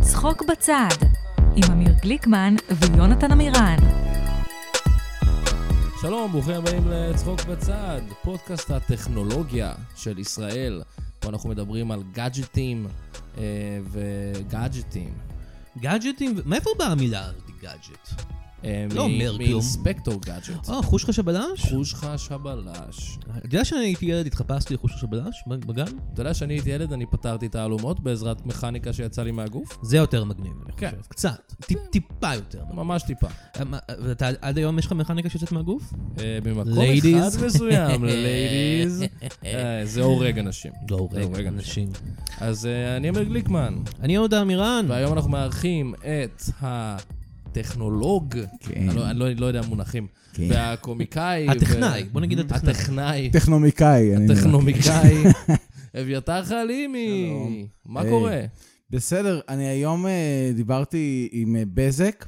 צחוק בצד, עם אמיר גליקמן ויונתן עמירן. שלום, ברוכים הבאים לצחוק בצד, פודקאסט הטכנולוגיה של ישראל. פה אנחנו מדברים על גאדג'טים אה, וגאדג'טים. גאדג'טים? מאיפה באה המילה גאדג'ט? אה, לא מ- אומר כלום. מאינספקטור גאדג'ט. אה, חוש חש הבלש? חושחש הבלש. אתה יודע שאני הייתי ילד, התחפשתי לחוש חש הבלש בג- בגן? אתה יודע שאני הייתי ילד, אני פתרתי תעלומות בעזרת מכניקה שיצאה לי מהגוף? זה יותר מגניב, אני כן. חושב. קצת. טיפ- טיפה יותר. ממש טיפה. אה, מה, ואתה- עד היום יש לך מכניקה שיוצאת מהגוף? אה, במקום Ladies. אחד מסוים, ליידיז. זה הורג אנשים. לא, זה הורג אנשים. אז אה, אני אמיר גליקמן. לא, אני יהודה אמירן. והיום אנחנו מארחים את הטכנולוג, כן. אני, לא, אני לא, לא יודע מונחים, כן. והקומיקאי, הטכנאי, בוא נגיד הטכנאי. הטכנאי, טכנומיקאי. אני נראה. הטכנומיקאי, אביתר חלימי, שלום. מה היי. קורה? בסדר, אני היום אה, דיברתי עם אה, בזק,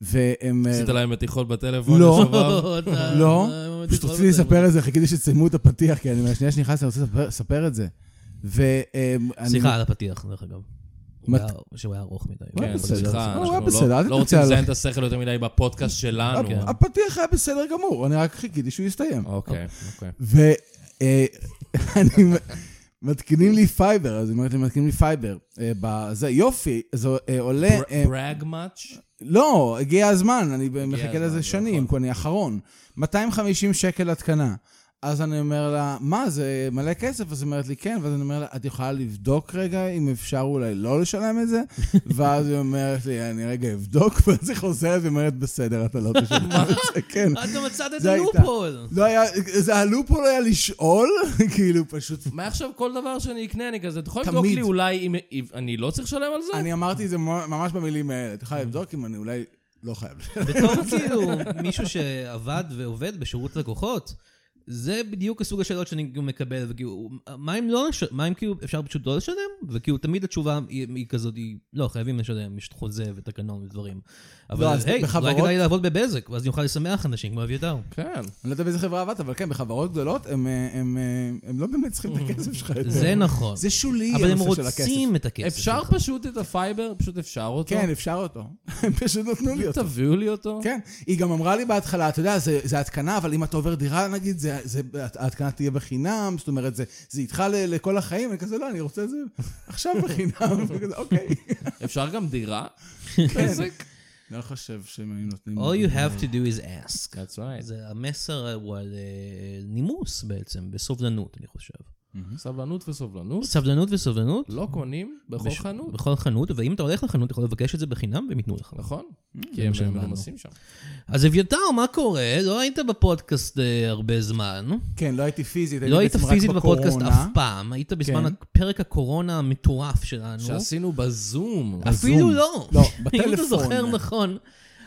והם... אה, עשית להם מתיחות בטלפון לא. לשבוע? אתה- לא, אה, פשוט רציתי לספר את זה, חיכיתי שתסיימו את הפתיח, כי אני מהשנייה שנכנסתי, אני רוצה לספר- לספר את זה. ואני... סליחה על הפתיח, דרך אגב. מה- הוא היה- שהוא היה ארוך מדי. כן, בסדר. סליחה, הוא היה אנחנו בסדר, לא- אל לא רוצים תתנצל. כן. לזיין את השכל יותר מדי בפודקאסט שלנו. אוקיי. הפתיח היה בסדר גמור, אני רק חיכיתי שהוא יסתיים. אה. אוקיי, אוקיי. ואני... מתקינים לי פייבר, אז היא אומרת לי, מתקינים לי פייבר. אה, בזה, יופי, זה אה, עולה... אה, ברג מאץ'? לא, הגיע הזמן, אני מחכה הזמן, לזה זה שנים, נכון. כי אני האחרון. 250 שקל התקנה. אז אני אומר לה, מה, זה מלא כסף? אז היא אומרת לי, כן. ואז אני אומר לה, את יכולה לבדוק רגע אם אפשר אולי לא לשלם את זה? ואז היא אומרת לי, אני רגע אבדוק, ואז היא חוזרת ואומרת, בסדר, אתה לא תשלם את זה, כן. אתה מצאת את זה הייתה. הלופול. לא היה, זה הלופול היה לשאול, כאילו, פשוט... מה עכשיו כל דבר שאני אקנה, אני כזה, אתה יכול תמיד. לבדוק לי אולי אם אם- אני לא צריך לשלם על זה? אני אמרתי את זה ממש במילים האלה, את יכולה לבדוק אם אני אולי לא חייב. בתור כאילו מישהו שעבד ועובד בשירות לקוחות, זה בדיוק הסוג השאלות שאני גם מקבל, וכאילו, מה אם לא לשלם? מה אם כאילו אפשר פשוט לא לשלם? וכאילו תמיד התשובה היא, היא כזאת, היא, לא, חייבים לשלם, יש חוזה ותקנון ודברים. אבל לא, אז היי, אולי בחברות- כדאי לעבוד בבזק, ואז אני אוכל לשמח אנשים כמו אביתר. כן. אני לא יודע באיזה חברה עבדת, אבל כן, בחברות גדולות, הם, אה, הם, אה, הם לא באמת צריכים את הכסף שלך יותר. זה נכון. כן. זה שולי, אבל הם הנושא של רוצים את הכסף. אפשר שלך. פשוט את הפייבר? פשוט אפשר אותו? הכסף. כן, אפשר אותו. הם פשוט נתנו לי אותו. תביאו לי אותו. כן, היא גם אמרה לי בהתחלה, אתה יודע, זה, זה התקנה, אבל אם אתה עובר דירה, נגיד, זה, זה, ההתקנה תהיה בחינם, זאת אומרת, זה, זה איתך ל, לכל החיים, אני כזה, לא, אני רוצה את זה עכשיו בחינם, וכזה, אוקיי. אפשר גם דירה? כן. עסק? לא חושב שהם היו נותנים... All you have to do is ask. כן. That's right. זה המסר הוא על אה, נימוס בעצם, בסובלנות, אני חושב. סבלנות וסובלנות. סבלנות וסובלנות, לא קונים בכל בש- חנות, בכל חנות, ואם אתה הולך לחנות, אתה יכול לבקש את זה בחינם והם ייתנו לך. נכון? Mm, זה כי הם מה שלמדנו. מנומסים שם. אז אביתר, מה קורה? לא היית בפודקאסט אה, הרבה זמן. כן, לא הייתי פיזית, הייתי לא היית בעצם רק פיזית בפודקאסט בקורונה. אף פעם. היית בזמן כן. פרק הקורונה המטורף שלנו. שעשינו בזום. אפילו בזום. לא. לא, אם אתה בטלפון. זוכר נכון,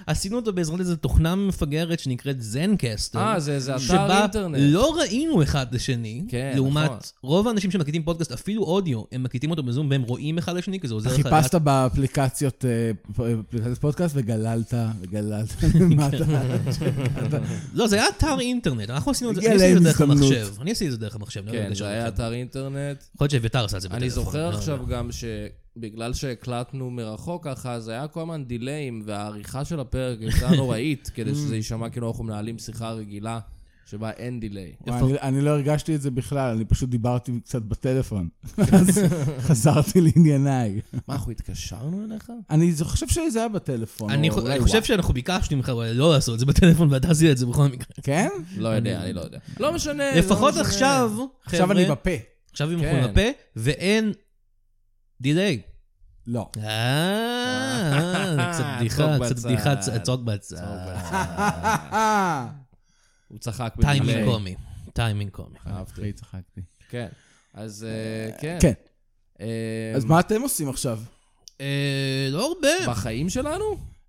עשינו אותו בעזרת איזו תוכנה מפגרת שנקראת זנקסטר. אה, זה זה אתר שבה אינטרנט. לא ראינו אחד את השני, כן, לעומת נכון. רוב האנשים שמקליטים פודקאסט, אפילו אודיו, הם מקליטים אותו בזום והם רואים אחד לשני, כי זה עוזר לך. חיפשת באפליקציות, אה, פ- אפליקציות פודקאסט וגללת, וגללת. מה אתה... לא, זה היה אתר אינטרנט, אנחנו עשינו את זה, הגיע אני עשיתי את זה דרך להם הזדמנות. המחשב. אני עשיתי את זה דרך המחשב, אני לא יודע כן, את זה היה שלכם. אתר אינטרנט. יכול להיות שאביתר עשה את זה בטלפון. אני זוכר לא עכשיו יודע. גם שבגלל שהקלטנו מרחוק ככה, אז היה כל הזמן דיליים, והעריכה של הפרק הייתה נוראית, כדי Mm. שזה יישמע כאילו אנחנו מנהלים שיחה רגילה, שבה אין דיליי. וואי, אני- אני לא הרגשתי את זה בכלל, אני פשוט דיברתי קצת בטלפון. אז חזרתי לענייניי. מה, אנחנו התקשרנו אליך? אני זו- חושב שזה היה בטלפון. אני או חו- אולי אני חושב וואט. שאנחנו ביקשנו ממך אבל לא לעשות את זה בטלפון, ואתה עשית את זה בכל מקרה. כן? לא יודע, אני לא יודע. לא משנה, זה לא לפחות משנה. עכשיו, עכשיו אני חבר'ה, בפה. עכשיו אם כן. אנחנו בפה, ואין דיליי. לא. אה, זה קצת בדיחה, צחוק קצת בצד. בדיחה, צ- צחוק טוב, אה, בצד. הוא צחק טיימינג בדיליי. קומי, טיימינג קומי. אהבתי. צחקתי. כן. אז אה, כן. כן, אה, כן. אז מה אתם עושים עכשיו? אה, לא הרבה. בחיים שלנו?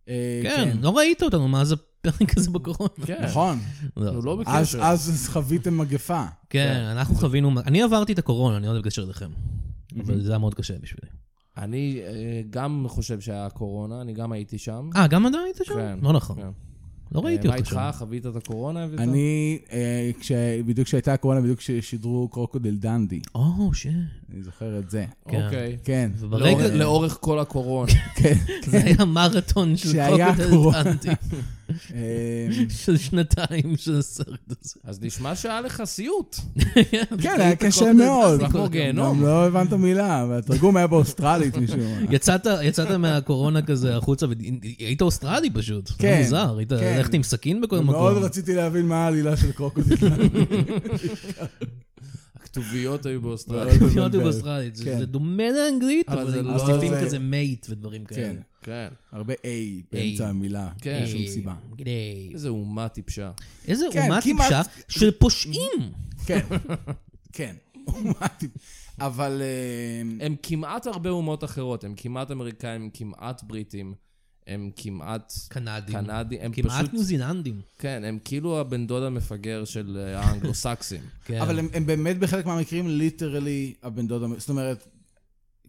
אה, כן, לא ראית אותנו מאז הפרק הזה בקורונה. כן. נכון. לא, אנחנו לא אז- בקשר. אז חוויתם מגפה. כן, אנחנו חווינו, אני עברתי את הקורונה, אני לא יודע בקשר אליכם. אבל זה היה מאוד קשה בשבילי. אני אה, גם חושב שהיה קורונה, אני גם הייתי שם. אה, גם אתה היית כן. שם? לא נכון. כן. לא ראיתי אה, אותך שם. מה איתך? חווית את הקורונה? אביתר? Oh, אני, אה, כש- בדיוק כשהייתה הקורונה, בדיוק כששידרו קרוקודיל דנדי. או, שיט. אני זוכר את זה. כן. אוקיי. כן. וברגע- לאור- לאורך כל הקורונה. כן. זה היה מרתון של שהיה קורונה. קודנטי, אה, של שנתיים של הסרט הזה. אז נשמע שהיה לך סיוט. כן, היה קשה מאוד. זה כמו גיהנום. גם לא הבנת מילה, אבל התרגום היה באוסטרלית, מישהו. אמר. יצאת, יצאת מהקורונה כזה החוצה, והיית אוסטרלי פשוט. כן, כן. מוזר, היית כן. הלכת עם סכין בכל מקום. מאוד רציתי להבין מה העלילה של קרוקודיל. כן. הכתוביות היו באוסטרליה. מאוד אותי מבלבל. באוסטרלית, זה כן. זה דומה לאנגלית, אבל זה אבל לא- מוסיפים זה- כזה מייט ודברים כן, כאלה. כן. הרבה A באמצע המילה, כן. אין שום היי, סיבה. היי. איזה אומה טיפשה. איזה כן, אומה כמעט- טיפשה של פושעים. כן, כן. אומנטי. אבל... אה, הם כמעט הרבה אומות אחרות, הם כמעט אמריקאים, הם כמעט בריטים, הם כמעט קנדים. קנדים, הם כמעט ניו פשוט... זילנדים. כן, הם כאילו הבן דוד המפגר של אה, האנגלוסקסים. כן. אבל הם, הם באמת בחלק מהמקרים ליטרלי הבן דוד, המ- זאת אומרת,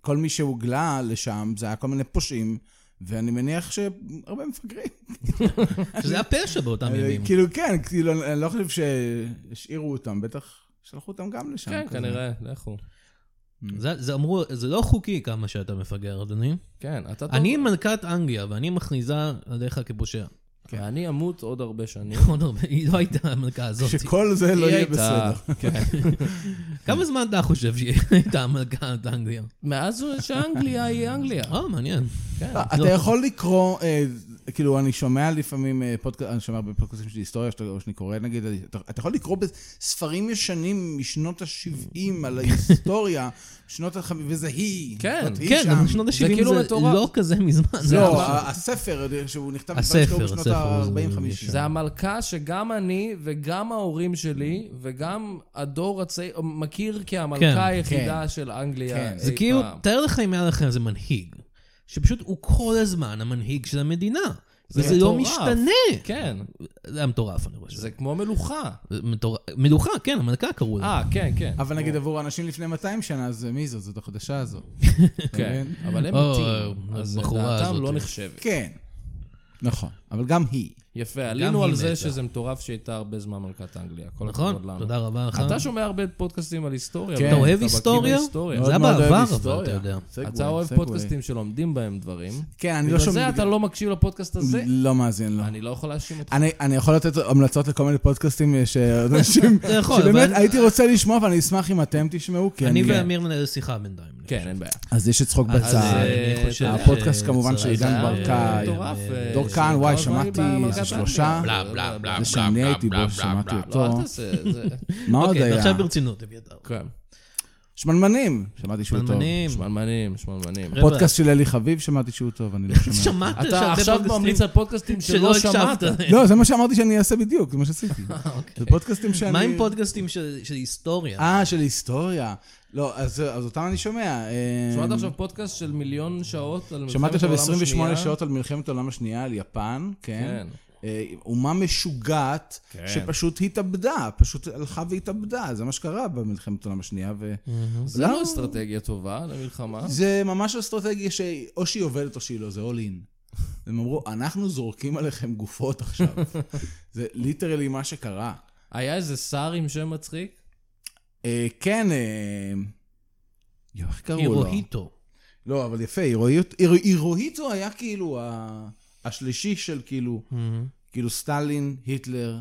כל מי שהוגלה לשם זה היה כל מיני פושעים, ואני מניח שהרבה מפגרים. שזה היה פשע באותם אה, ימים. כאילו כן, כאילו אני לא חושב שהשאירו אותם, בטח שלחו אותם גם לשם. כן, כזה. כנראה, לכו. זה- זה אמרו, זה לא חוקי כמה שאתה מפגר, אדוני. כן, אתה טוב. אני מלכת אנגליה, ואני מכריזה עליך כפושע. כן. אני אמות עוד הרבה שנים. עוד הרבה, היא לא הייתה המלכה הזאת. שכל זה לא היא יהיה הייתה- בסדר. כן. כמה זמן אתה חושב שהיא הייתה המלכת אנגליה? מאז שאנגליה היא אנגליה. אה, מעניין. לא, לא. אתה יכול לקרוא, אה, כאילו, אני שומע לפעמים אה, פודקאסט, אני שומע הרבה פודקאסטים של היסטוריה, שאתה- או שאני קורא, נגיד, אתה אתה יכול לקרוא בספרים ישנים משנות ה-70 על ההיסטוריה, שנות ה-50, וזה היא. כן, זאת היא כן, שם. אבל שנות ה-70 כאילו זה מטורף. אה, לא כזה מזמן. זה לא, ממש- ה- הספר, אה, שהוא נכתב הספר, שקרו בשנות הספר, זה- ה-40-50. זה המלכה שגם אני וגם ההורים שלי וגם הדור הצעיר מכיר כן, כהמלכה היחידה של אנגליה כן. אי זה כאילו, פעם. תאר לך אם היה לך איזה מנהיג, שפשוט הוא כל הזמן המנהיג של המדינה. וזה לא מטורף. משתנה. כן, זה היה מטורף, אני חושב. זה כמו מלוכה. זה מטורף. מלוכה, כן, המלכה קראו לה. אה, כן, כן. אבל נגיד עבור אנשים לפני 200 שנה, אז מי זאת? זאת החדשה הזאת. כן, אבל הם או, מתים, אז אה, הבחורה דעתם הזאת. לא נחשבת. כן. נכון, אבל גם היא. יפה, עלינו על היא זה מתה. שזה מטורף שהייתה הרבה זמן מלכת אנגליה. כל נכון? הכבוד לנו. תודה רבה לך. אתה שומע הרבה פודקאסטים על היסטוריה. כן. אבל אתה אוהב בקיא היסטוריה? בהיסטוריה. זה היה מאוד מאוד אוהב בעבר, אבל היסטוריה. אתה יודע. סגווי, אתה אוהב סגווי. פודקאסטים שלומדים בהם דברים. כן, אני בגלל לא שומע... זה אתה לא מקשיב לפודקאסט הזה. לא מאזין לו. אני לא יכול להאשים אותך. אני, אני יכול לתת המלצות לכל מיני פודקאסטים אה, שאנשים, אתה יכול, שבאמת אבל- הייתי רוצה לשמוע, ואני אשמח אם אתם תשמעו, כי אני אני... ואמיר ננהל שיחה בינתיים. כן, אין בעיה. כן. אז יש את צחוק אז, בצד. אה, אני חושב הפודקאסט ש- כמובן של צריך- עידן זה היה ברקאי, מטורף, אה, דור של כהן, כל וואי, הזמן שמעתי היא איזה במכת שלושה. אנגליה. בלה, בלה, בלה, זה שאני הייתי בו, שמעתי לא, אותו. אל תעשה את זה. מה עוד אוקיי, היה? ועכשיו ברצינות, אביתר. כן. שמנמנים, שמעתי שהוא טוב. מנמנים. שמנמנים, שמנמנים. רבע. פודקאסט של אלי חביב, שמעתי שהוא טוב, אני לא שומע. שמעת אתה שהרבה עכשיו פודקאסטים ממליץ על פודקאסטים שלא שמעת. להם. לא, זה מה שאמרתי שאני אעשה בדיוק, זה מה שעשיתי. זה פודקאסטים שאני... מה עם פודקאסטים של של היסטוריה? אה, של היסטוריה. לא, אז אז אותם אני שומע. אה, שמעת עכשיו פודקאסט של מיליון שעות על מלחמת העולם השנייה? שמעתי עכשיו 28 שעות על מלחמת העולם השנייה, על יפן, כן. אה, אומה משוגעת, כן. שפשוט התאבדה, פשוט הלכה והתאבדה, זה מה שקרה במלחמת העולם השנייה, ו... זה לא אסטרטגיה טובה למלחמה. זה ממש אסטרטגיה שאו שהיא עובדת או שהיא לא, זה all in. הם אמרו, אנחנו זורקים עליכם גופות עכשיו. זה ליטרלי מה שקרה. היה איזה שר עם שם מצחיק? אה, כן, אה, יו, איך קראו לו? הירואיטו. לא, אבל יפה, הירואיט- הירו- הירואיטו היה כאילו ה- השלישי של כאילו, כאילו סטלין, היטלר,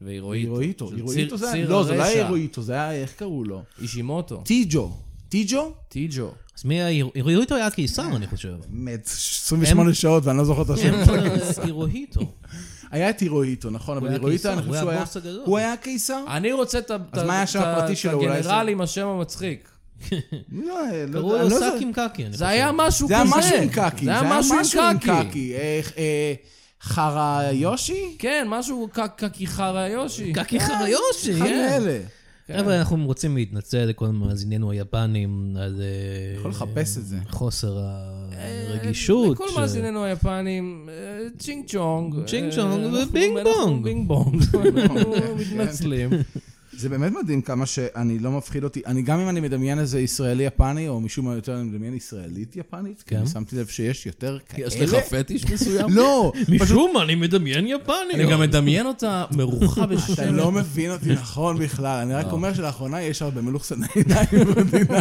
והירואיטו. הירואיטו. של הירואיטו ציר- זה היה, ציר לא, זה לא היה הרשע. הירואיטו, זה היה, איך קראו לו? אישימוטו. טיג'ו. טיג'ו? טיג'ו. אז מי היה? הירואיטו היה קיסר, אני חושב. כן, מת, 28 שעות ואני לא זוכר את השם. הירואיטו. היה את הירואיטו, נכון, אבל היה הירואיטו, קיסר, אני חושב הוא שהוא היה היה... הבוס הגדול. הוא היה קיסר? אני רוצה את ה- את מה היה ה- השם את ה- הפרטי את שלו? אולי הגנרל זה- עם השם המצחיק. לא, לא קראו יודע, לו לא זה- סאקים קאקי, אני חושב. זה היה משהו כזה. זה היה משהו עם קקי. זה היה משהו עם קקי. קקי. אה, אה, חרא יושי? כן, משהו ק- קקי חרא יושי. קאקי חריושי. אחד מאלה. כן. חבר'ה, אנחנו רוצים להתנצל לכל מאזיננו היפנים על אה, יכול לחפש את זה. חוסר הרגישות. אה, לכל ש- מאזיננו היפנים, אה, צ'ינג צ'ונג. אה, צ'ינג צ'ונג אנחנו- ובינג אנחנו בונג. בינג בונג. כן. אנחנו מתנצלים. זה באמת מדהים כמה שאני לא מפחיד אותי. אני, גם אם אני מדמיין איזה ישראלי-יפני, או משום מה יותר אני מדמיין ישראלית-יפנית, כי אני שמתי לב שיש יותר כאלה. יש לך פטיש מסוים? לא, משום מה, אני מדמיין לא. יפני. אני גם מדמיין אותה מרוחה אתה בשם. לא לא. מבין אותי נכון בכלל. אני רק אומר שלאחרונה יש הרבה מלוכסני עיניים במדינה.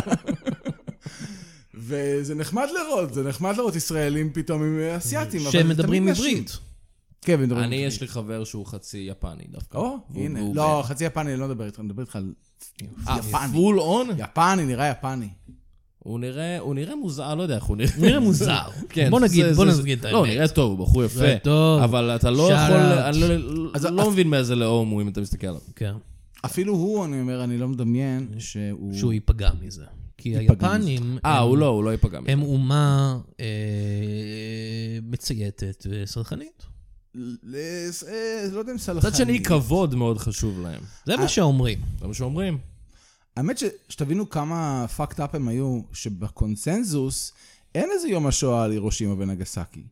זה זה נחמד לראות, זה נחמד לראות ישראלים פתאום עם אסייתים, אבל זה שהם תמיד מדברים נשים. עברית. כן, מדברים אני, עברית. יש לי חבר שהוא חצי יפני דווקא. או, והוא- הנה. והוא לא, חצי יפני, אני לא מדבר איתך, אני מדבר איתך על... אה, יפני. פול און? יפני, נראה יפני. הוא נראה, הוא נראה מוזר, לא יודע איך הוא נראה. נראה מוזר. כן, בוא נגיד, זה- בוא זה- נגיד את לא, האמת. נראה טוב, הוא בחור נראה יפה. טוב. אבל אתה לא Shout יכול, out. אני לא- אז- לא מבין מאיזה לאום הוא אם אתה מסתכל עליו. כן. אפילו הוא, אני אומר, אני לא מדמיין שהוא... שהוא ייפגע מזה. כי ייפגע היפנים... אה, הם- הוא לא, הוא לא ייפגע. מזה. הם אומה אה, מצייתת וסלחנית. לס- אה, לא יודע אם סלחני. מצד שני, כבוד מאוד חשוב להם. זה מה שאומרים. זה מה שאומרים. האמת ש- שתבינו כמה fucked up הם היו, שבקונסנזוס אין איזה יום השואה על הירושימה ונגסקי.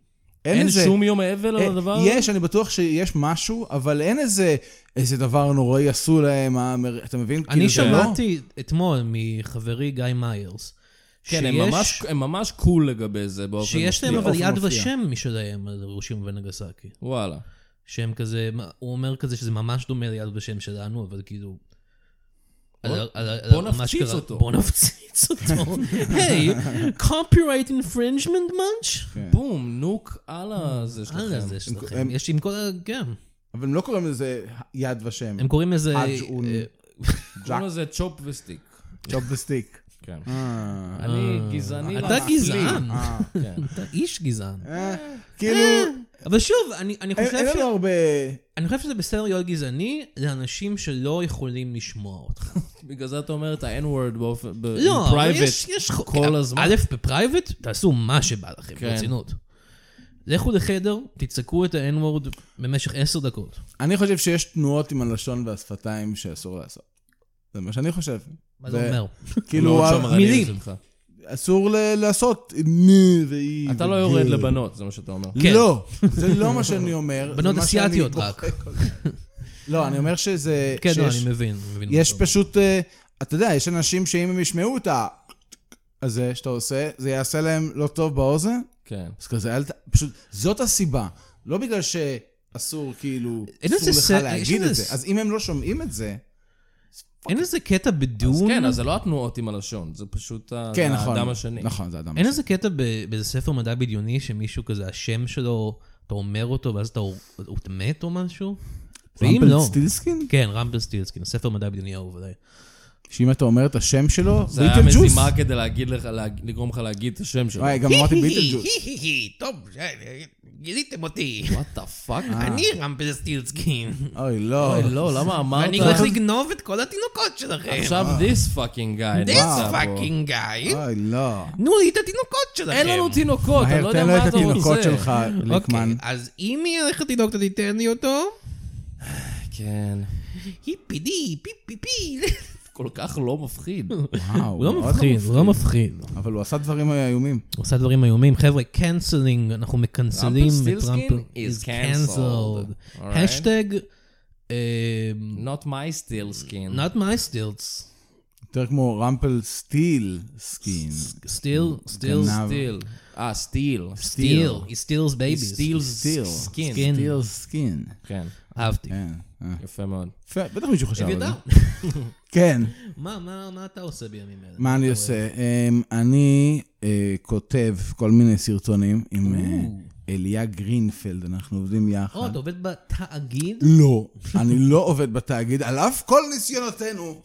אין איזה- שום יום אבל אה, על הדבר הזה? יש, אני בטוח שיש משהו, אבל אין איזה, איזה דבר נוראי עשו להם, האמר- אתה מבין? אני כאילו, זה לא- שמעתי אתמול מחברי גיא מיירס, כן, הם שיש- ממש- הם ממש קול לגבי זה באופן... שיש להם מפתיע. אבל באופן יד מפתיע. ושם משלהם על הירושימה ונגסקי. וואלה. שהם כזה, הוא אומר כזה שזה ממש דומה ליד ושם שלנו, אבל כאילו... בוא- על- על- על- בוא על מה נפציץ שקרה- אותו. בוא נפציץ אותו. היי, copyright infringement munch? בום, נוק על הזה על שלכם. זה שלכם. כן, הם- יש עם כל ה... כן. אבל הם לא קוראים לזה יד ושם, הם קוראים לזה... אג' און אה, קוראים לזה צ'ופ וסטיק. צ'ופ וסטיק. כן. אה, אני גזעני. אתה למפליא. גזען. אה. כן. אתה איש גזען. אה, כאילו, אבל שוב, אני, אני, אין חושב אין ש... לנו הרבה... אני חושב שזה בסדר להיות גזעני לאנשים שלא יכולים לשמוע אותך. בגלל זה אתה אומר את ה-N-word באופן... ב- לא, in אבל private יש... יש... חוק. כל הזמן. א', בפרייבט, תעשו מה שבא לכם, כן. ברצינות. לכו לחדר, תצעקו את ה-N-word במשך עשר דקות. אני חושב שיש תנועות עם הלשון והשפתיים שאסור לעשות. זה מה שאני חושב. מה זה ו- אומר? כאילו, מאוד שמרנים מילים. שלך. אסור ל- לעשות ני ואי. אתה וגי. לא יורד לבנות, זה מה שאתה אומר. כן. לא, זה לא מה שאני אומר. זה בנות מה שאני אסיאתיות בוחר. רק. לא, אני אומר שזה... כן, לא, שיש- אני מבין. אני מבין יש אותו. פשוט, אה, אתה יודע, יש אנשים שאם הם ישמעו את ה... הזה שאתה עושה, זה יעשה להם לא טוב באוזן, כן. אז כזה, אל ת... פשוט, זאת הסיבה. לא בגלל שאסור, כאילו, אין אסור איזה לך ס- להגיד יש את איזה זה. אז אם הם לא שומעים את זה, אין איזה קטע אז בדון? כן, אז זה לא התנועות עם הלשון, זה פשוט ה- כן, נכון. האדם השני. נכון, זה אדם אין השני. איזה קטע ב- באיזה ספר מדע בדיוני שמישהו כזה, השם שלו, אתה אומר אותו ואז אתה הוא- הוא מת או משהו? ואם לא... רמפלסטילסקין? כן, רמפלסטילסקין, ספר מדע בדיוני אהוב עליי. שאם אתה אומר את השם שלו, זה היה ביטל ג'וס. מזימה כדי להגיד לך, להג- לגרום לך להגיד את השם שלו. וואי, גם אמרתי ביטל ג'וס. טוב, זה- גיליתם אותי. What the fuck? אה. אני רמפלסטילסקין. אוי, לא. אוי, לא, למה אמרת? ואני הולך לגנוב את כל התינוקות שלכם. עכשיו אה. this fucking guy. נמצא This פה. fucking guy. אוי, לא. תנו לי את התינוקות שלכם. אין לנו תינוקות, אני לא יודע מהר, תן לו מה את אתה רוצה. התינוקות שלך, אוקיי, ליקמן. אז אם יהיה לך תינוק, אתה תיתן לי אותו? כן. היפי די, פי פי פי. כל כך לא מפחיד. וואו, הוא לא מאוד מפחיד, הוא לא מפחיד. אבל הוא עשה דברים איומים. הוא עשה דברים איומים. חבר'ה, קנסלינג, אנחנו מקנסלים את רמפלסטילסקין is טראמפ. cancelled. Alright. השטג, Not my still skin. not my stilts. יותר כמו רמפל סטיל סקין. still, Mm. still, גנב. still. אה, still. still, he steals babies. Steals Steal. skin. Skin. סטיל סקין. כן, אהבתי. כן. אה. יפה מאוד. יפה, בטח מישהו חשב על זה. אביתר, כן. מה, מה, מה אתה עושה בימים אלה? מה אני עושה? אמ, אני אה, כותב כל מיני סרטונים עם אה, אליה גרינפלד, אנחנו עובדים יחד. או, אתה עובד בתאגיד? אה. לא, אני לא עובד בתאגיד, על אף כל ניסיונותינו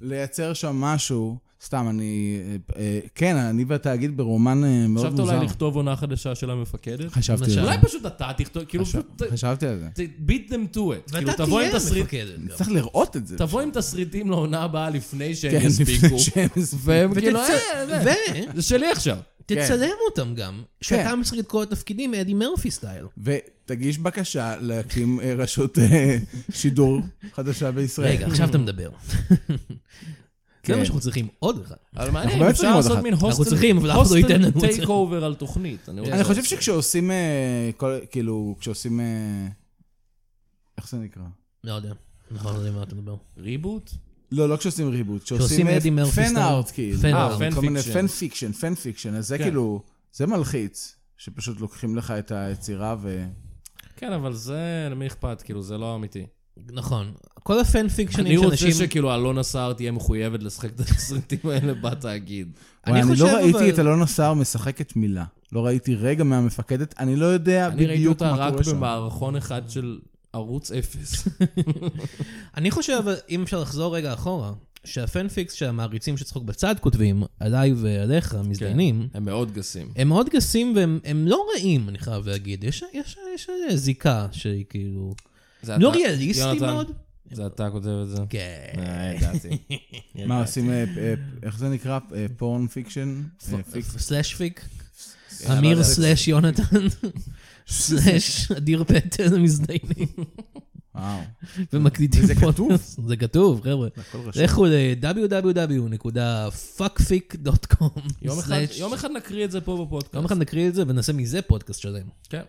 לייצר שם משהו. סתם, אני... אה, אה, כן, אני והתאגיד ברומן אה, מאוד חשבת מוזר. אולי לכתוב עונה חדשה של המפקדת? חשבתי על זה. אולי פשוט אתה תכתוב, כאילו חשב- פשוט... ת- חשבתי על זה. ת- beat them to it. כאילו, ואתה תבוא עם תהיה תסריט- מפקדת גם. צריך לראות את זה. תבוא עם תסריטים לעונה הבאה לפני שהם כן, יספיקו. לפני שהם יספיקו. והם כאילו, ותצ- אה, זה- ו- כן. זה שלי עכשיו. תצלם אותם גם, שאתה משחק את כל התפקידים, אדי מרפי סטייל. ותגיש בקשה להקים אה, רשות אה, שידור חדשה בישראל. רגע, עכשיו אתה מדבר. זה כן. מה שאנחנו צריכים, עוד אחד. אבל מעניין, באמת אפשר צריכים לא עוד לעשות אחת. מין אנחנו צריכים, אבל אף אחד לא ייתן לנו הוסטל את זה. טייק אובר על תוכנית. אני רוצה אני חושב לעשות. שכשעושים, אה, כל- כאילו, כשעושים... אה, איך זה נקרא? לא יודע. אנחנו נכון. לא יודעים מה אתה מדבר. ריבוט? לא, לא כשעושים ריבוט, כשעושים כשעושים אה, אדי מרפי פן סטייל. ארט, כאילו. פן אה, ארט. פן כל מיני פיקשן. פן פיקשן, פן פיקשן, אז זה כן. כאילו, זה מלחיץ, שפשוט לוקחים לך את היצירה ו... כן, אבל זה, למי אכפת? כאילו, זה לא אמיתי. נכון. כל הפן אני פיקשנים רוצה שאנשים... שכאילו אלונה סער תהיה מחויבת לשחק את הסרטים האלה בתאגיד. וואי, אני חושב, לא ראיתי אבל- את אלונה סער משחקת מילה. לא ראיתי רגע מהמפקדת, אני לא יודע אני ראיתי בדיוק אותה מה רק קורה שם. במערכון אחד של ערוץ אפס. אני חושב, אבל אם אפשר לחזור רגע אחורה, שהפנפיקס שהמעריצים של צחוק בצד כותבים, עליי ועליך, המזדיינים, הם מאוד גסים. הם מאוד גסים והם הם לא רעים, אני חייב להגיד. יש, יש, יש זיקה שהיא כאילו... זה לא אתה- ריאליסטי יונתן, מאוד. זה אתה כותב את זה? כן. אה, ידעתי. מה עושים, אה, אה, איך זה נקרא? אה, פורן פיקשן? אה, פיקס- סלאש פיק, לא אמיר יודע. סלאש יונתן, סלאש אדיר פטל מזדיינים, וואו. ומקליטים וזה כתוב? פודקאסט. זה כתוב, חבר'ה. הכל רשום. לכו ל-www.fuckfic.com. יום אחד- slash- יום אחד נקריא את זה פה יום בפודקאסט. אחד נקריא את זה ונעשה מזה פודקאסט שלם. כן.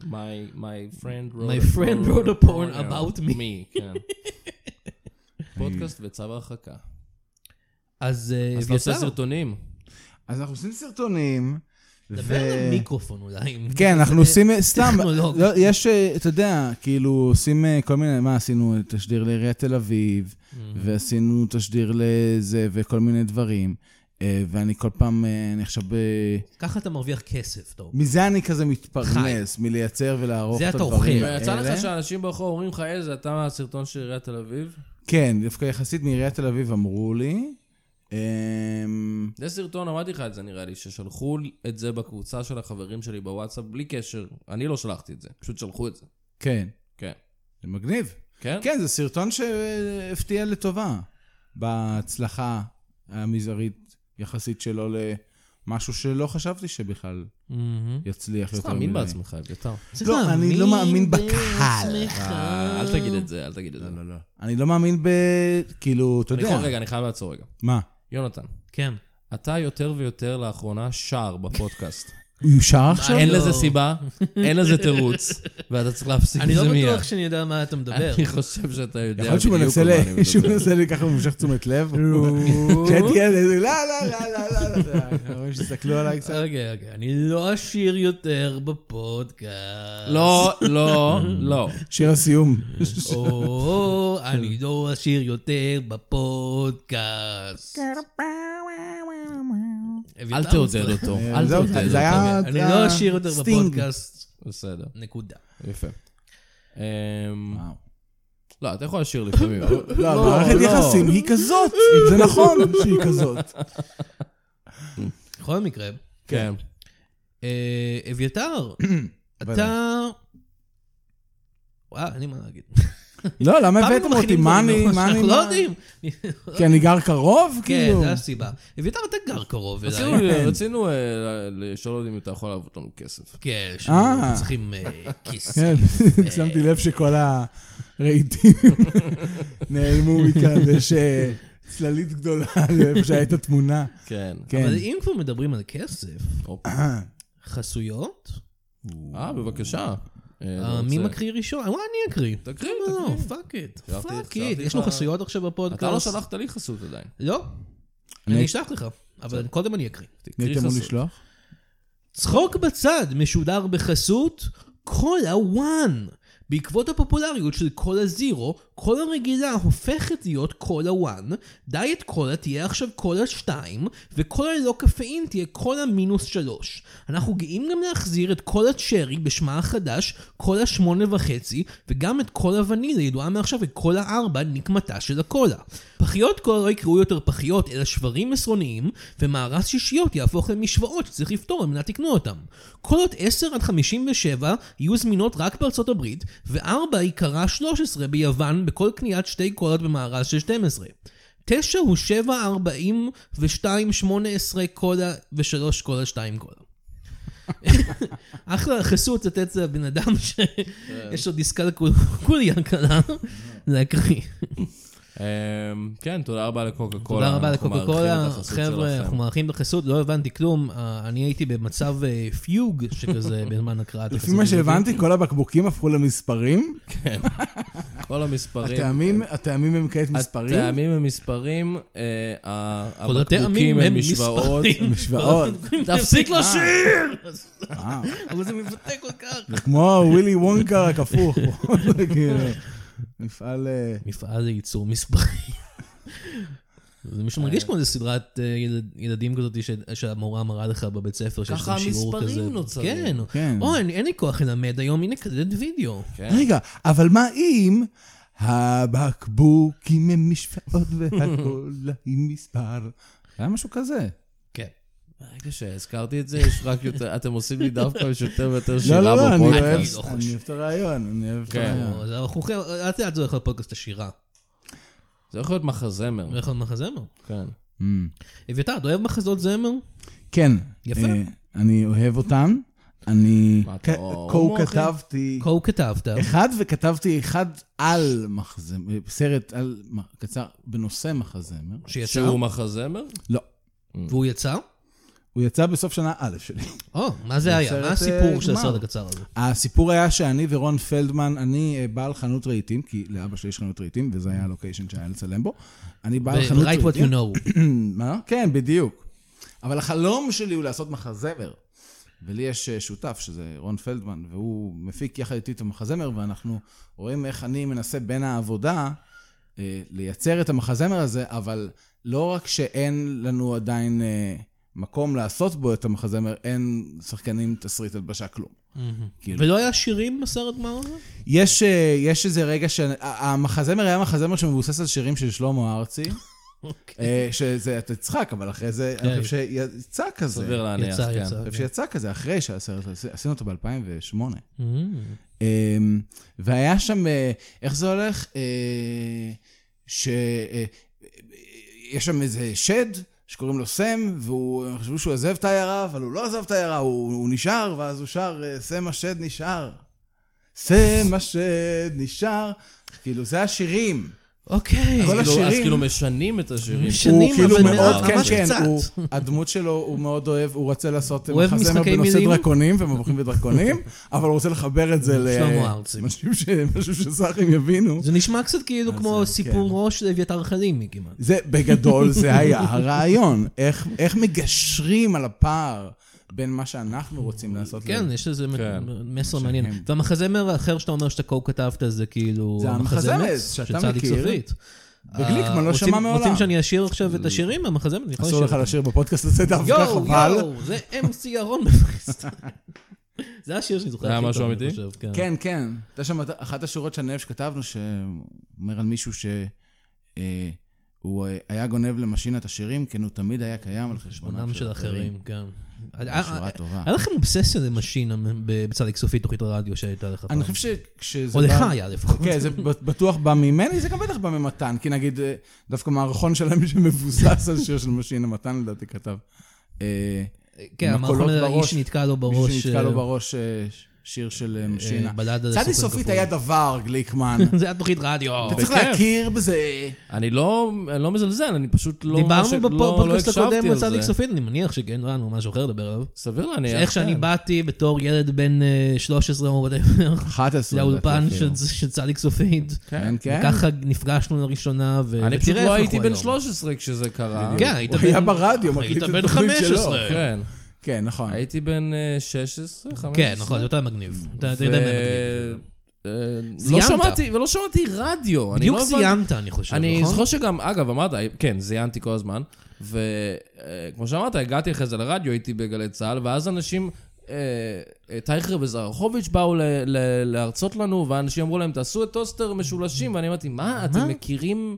My, my friend wrote My friend wrote a porn about me. כן. פודקאסט וצו הרחקה. אז אה, אז אתה עושה אביתר, סרטונים. אז אנחנו עושים סרטונים, דבר למיקרופון אולי. אם- כן, אנחנו עושים, אה, סתם, טכנולוג. לא, יש, אה, אתה יודע, כאילו, עושים אה, כל מיני, מה, עשינו תשדיר לעיריית תל אביב, ועשינו תשדיר לזה, וכל מיני דברים. אה, ואני כל פעם, אה, אני עכשיו, ב- ככה אתה מרוויח כסף, טוב. מזה אני כזה מתפרנס, מלייצר ולערוך זה את אתה הדברים אוכל. האלה. יצא לך שאנשים ברחוב אומרים לך, איזה, אתה מהסרטון של עיריית תל אביב? כן, דווקא יחסית מעיריית תל אביב אמרו לי. אמ, זה סרטון, אמרתי לך את זה נראה לי, ששלחו את זה בקבוצה של החברים שלי בוואטסאפ, בלי קשר. אני לא שלחתי את זה, פשוט שלחו את זה. כן, כן. זה מגניב. כן? כן, זה סרטון שהפתיע לטובה בהצלחה המזערית יחסית שלו למשהו שלא חשבתי שבכלל מהמם. יצליח צריך יותר להאמין בעצמך, אביתר. צריך לא, אני לא מאמין בעצמך. אה, אל תגיד את זה, אל תגיד את זה. לא, לא. אני לא מאמין ב... כאילו, אתה אני יודע. יכול, נכון, רגע, אני חייב לעצור רגע. מה? יונתן, כן. אתה יותר ויותר לאחרונה שר בפודקאסט. הוא יושר עכשיו? אין לא. לזה סיבה, אין לזה תירוץ, ואתה צריך להפסיק אני את לא זה מיד. בטוח שאני יודע על מה אתה מדבר. אני חושב שאתה יודע יכול להיות שהוא בדיוק מנסה על מה אני ל- מדבר. שהוא מנסה ככה במשך תשומת לב. שתהיה לזה, לא, לא, לא, לא, לא, לא. רואים שהסתכלו עליי קצת. רגע, רגע, אה, אני לא עשיר יותר בפודקאסט. לא, לא, לא. שיר הסיום. או, אני לא עשיר יותר בפודקאסט. אביתר, אל תעודד אותו, אה. אל זהו, תעודד זה אותו. היה... אני לא עשיר יותר סטינג. בפודקאסט. בסדר, נקודה. יפה. אמ, וואו. לא, אתה יכול לשיר לפעמים. לא, מערכת יחסים היא כזאת, זה נכון שהיא כזאת. בכל מקרה, כן. אה, אביתר, אתה... וואו, אין לי מה להגיד. לא, למה פעם הבאתם אותי? מכינים מה דברים, אני... לא, מה אני... אנחנו לא מה- יודעים. כי אני גר קרוב? כן, כאילו. זו הסיבה. אביתר, אתה גר קרוב אליי. רצינו- רצינו אה, לשאול אם אתה יכול לעבוד לנו כסף. כן, אה. שצריכים אה, כיס. כן, שמתי לב שכל הרהיטים נעלמו מכאן, ויש אה, צללית גדולה לאיפה שהייתה תמונה. כן. כן. אה, אבל אם כבר מדברים על כסף, אוקיי. חסויות? אה, בבקשה. אה, אה, לא אתה מי רוצה? מקריא ראשון? אה, וואי, אני אקריא. תקריא, לא, תקריא. פאק איט. שלחתי- פאק איט. שלחתי יש לו לך- חסויות עכשיו בפודקאסט? אתה לא שלחת לי חסות עדיין. לא. אני- אני אשלח לך, אבל קודם אני אקריא. מי תקריא אתם אמור חסות. לשלוח? צחוק בצד משודר בחסות קולה וואן. בעקבות הפופולריות של קולה זירו, קולה רגילה הופכת להיות קולה וואן, דיאט קולה תהיה עכשיו קולה 2, וקולה ללא קפאין תהיה קולה מינוס 3. אנחנו גאים גם להחזיר את קולה צ'רי בשמה החדש, קולה 8 וחצי, וגם את קולה ונילה ידועה מעכשיו כקולה 4 נקמתה של הקולה. פחיות קולה לא יקראו יותר פחיות, אלא שברים עשרוניים, ומארז שישיות יהפוך למשוואות שצריך לפתור על מנת לקנות אותם. קולות 10 עד 57 יהיו זמינות רק בארצות הברית, ו-4 יקרה 13 ביוון בכל קניית שתי קולות במארז של 12. 9 הוא 7, 40 ו-2, 18 קולה ו-3 קולה, 2 קולה. אחלה חסות לתת לבן אדם שיש לו דיסקל קוליה קלה להקריא. אמ, כן, תודה רבה לקוקה קולה. תודה רבה אנחנו לקוקה מעריכים קולה, את החסות חבר'ה, שלכם. אנחנו מארחים בחסות, לא הבנתי כלום, אה, אני הייתי במצב אה, פיוג שכזה בזמן הקראת החסות. לפי מה הזאת. שהבנתי, כל הבקבוקים הפכו למספרים. כל המספרים. הטעמים כן. הטעמים הם כעת מספרים. הטעמים הם מספרים, אה, ה- כל הטעמים הבקבוקים הם הם משוואות. מספרים. משוואות. אה, תפסיק לשיר! וואו. אבל זה מבטא כל כך. זה כמו ווילי וונקה רק הפוך. כאילו. מפעל... אה, מפעל לייצור מספרים. זה מישהו מרגיש כמו איזה סדרת אה, ילד- ילדים כזאת ש- שהמורה מראה לך בבית ספר שיש ככה להם שיעור המספרים כזה. נוצרים. כן. כן. או, אין אין לי כוח ללמד היום, הנה קלט וידאו. רגע, אבל מה אם הבקבוקים הם משפעות והכל עם מספר? היה משהו כזה. כן. ברגע שהזכרתי את זה, יש רק יותר, אתם עושים לי דווקא יש יותר ויותר לא, שירה לא, לא, אני בפודקאסט. אוהב אני לא אני אוהב את הרעיון, אני אוהב את כן. הרעיון. אז אנחנו חי- לאט לאט זה הולך לפודקאסט השירה. לא- זה יכול להיות מחזמר. הולך למחזמר. כן. Mm. אביתר, אתה אוהב מחזות זמר? כן. יפה. אה, אני אוהב אותם. אני... מה, אתה ק- הומו, כה אחי? כתבתי... כה כתבת. אחד, וכתבתי אחד על מחזמר, סרט על, מ- קצר, בנושא מחזמר. שיצא? שהוא מחזמר? לא. והוא יצא? הוא יצא בסוף שנה א' שלי. או, מה זה היה? סרט, מה אה, הסיפור של גמר. הסרט הקצר הזה? הסיפור היה שאני ורון פלדמן, אני אה, בעל חנות רהיטים, כי לאבא שלי יש חנות רהיטים, וזה היה הלוקיישן שהיה לצלם בו. אני בעל ב- חנות Write what you know. מה? כן, בדיוק. אבל החלום שלי הוא לעשות מחזמר. ולי יש אה, שותף, שזה רון פלדמן, והוא מפיק יחד איתי את המחזמר, ואנחנו רואים איך אני מנסה בין העבודה אה, לייצר את המחזמר הזה, אבל לא רק שאין לנו עדיין אה, מקום לעשות בו את המחזמר, אין שחקנים תסריט הלבשה כלום. כאילו. ולא היה שירים בסרט גמר הזה? יש, אה, יש איזה רגע ש... ה- המחזמר היה מחזמר שמבוסס על שירים של שלמה ארצי. אה, שזה, אתה תצחק, אבל אחרי זה, אני כן. חושב שיצא כזה. סביר להניח, יצא, כן. יצא. אני חושב שיצא כזה אחרי שהסרט, הזה, עשינו אותו ב-2008. אמ, והיה שם, אה, איך זה הולך? אה, ש... אה, יש שם איזה שד שקוראים לו סם, והוא, הם חשבו שהוא עזב את העיירה, אבל הוא לא עזב את העיירה, הוא, הוא נשאר, ואז הוא שר, אה, סם השד נשאר. סם השד נשאר. כאילו, זה השירים. אוקיי. כל אז כאילו- אז השירים- כאילו משנים את השירים. משנים. שנים, הוא אבל כאילו מאוד, ממש כן, כן, קצת. הוא, הדמות שלו, הוא מאוד אוהב, הוא רוצה לעשות הוא אוהב מחזמר משחקי בנושא מילים. דרקונים ומבוכים ודרקונים, אבל הוא רוצה לחבר את זה ל... שלמה ארצי. משהו ש- משהו שסאחים יבינו. זה נשמע קצת כאילו כמו סיפור ראש של אביתר חלימי כמעט. אה, כן. זה, בגדול, זה היה הרעיון. איך, איך מגשרים על הפער בין מה שאנחנו רוצים לעשות. כן, ל- יש איזה מ- כן. מ- מסר מעניין. והמחזמר האחר שאתה אומר שאתה כה כתבת זה כאילו... זה המחזמר המחזמר של שאתה צדיק מכיר. צופית. וגליקמן אה, לא רוצים- שמע מעולם. רוצים שאני אשיר עכשיו את השירים? המחזמר, אני יכול אסור לך לשיר. לשיר בפודקאסט הזה דווקא, יואו, חבל. יואו, זה MC ירון בפריסטייל. זה השיר שאני זוכר. זה היה הכי משהו טוב, אמיתי? אני חושב, כן. כן, כן. הייתה שם אחת השורות של נאב שכתבנו, שאומר על מישהו שהוא אה, היה גונב למשינת השירים, כן הוא תמיד היה קיים על חשבונם עונם של אחרים, אה, כן. שורה טובה. היה לכם אובססיה למשינה בצדיק סופית, תוכנית הרדיו שהייתה לך פעם. אני חושב שכשזה... או לך בא- היה לפחות. כן, זה בטוח בא ממני, זה גם בטח בא ממתן, כי נגיד, אה, דווקא מערכון שלהם שמבוסס על שיר של משינה, מתן לדעתי כתב. אה, כן, המערכון מכולות הזה, האיש בראש. שנתקע לו מישהו בראש. שנתקע אה, לו בראש אה, שיר של אה, משינה. בלדה לסוכן צדי סופית כפול. היה דבר, גליקמן. זה היה תוכנית רדיו. אתה צריך כן, להכיר בזה. אני לא אני לא מזלזל, אני פשוט לא... דיברנו לא- לא בפודקאסט הקשבתי הקודם על בצדיק זה. סופית, אני מניח שכן, לא היה לנו משהו אחר לדבר עליו. סביר להניח. איך שאני כן. באתי בתור ילד בן אה, 13 או וואטאבר, לא 11. לאולפן לדעתי של- אפילו. של צדיק סופית. כן, כן. ככה נפגשנו לראשונה, ו- אני פשוט ותראה לא איפה הייתי אנחנו בן היום. 13 כשזה קרה. כן, היית הוא בן- היה ברדיו, היית מקליט את בן התוכנית שלו. 15. אה, כן. כן, נכון. הייתי בן אה, 16, 15. כן, נכון, זה יותר מגניב. אתה אתה יודע מה מגניב. אה, לא סיימת. שמעתי, ולא שמעתי רדיו. אני בדיוק לא הבנתי- סיימת, אני חושב, אני נכון? זוכר שגם, אגב, אמרת, כן, זיינתי כל הזמן, וכמו שאמרת, הגעתי אחרי זה לרדיו, הייתי בגלי צה"ל, ואז אנשים, אה, אה, טייכר וזרחוביץ' באו ל- ל- להרצות לנו, ואנשים אמרו להם, תעשו את טוסטר משולשים, ואני אמרתי, מה, אתם מכירים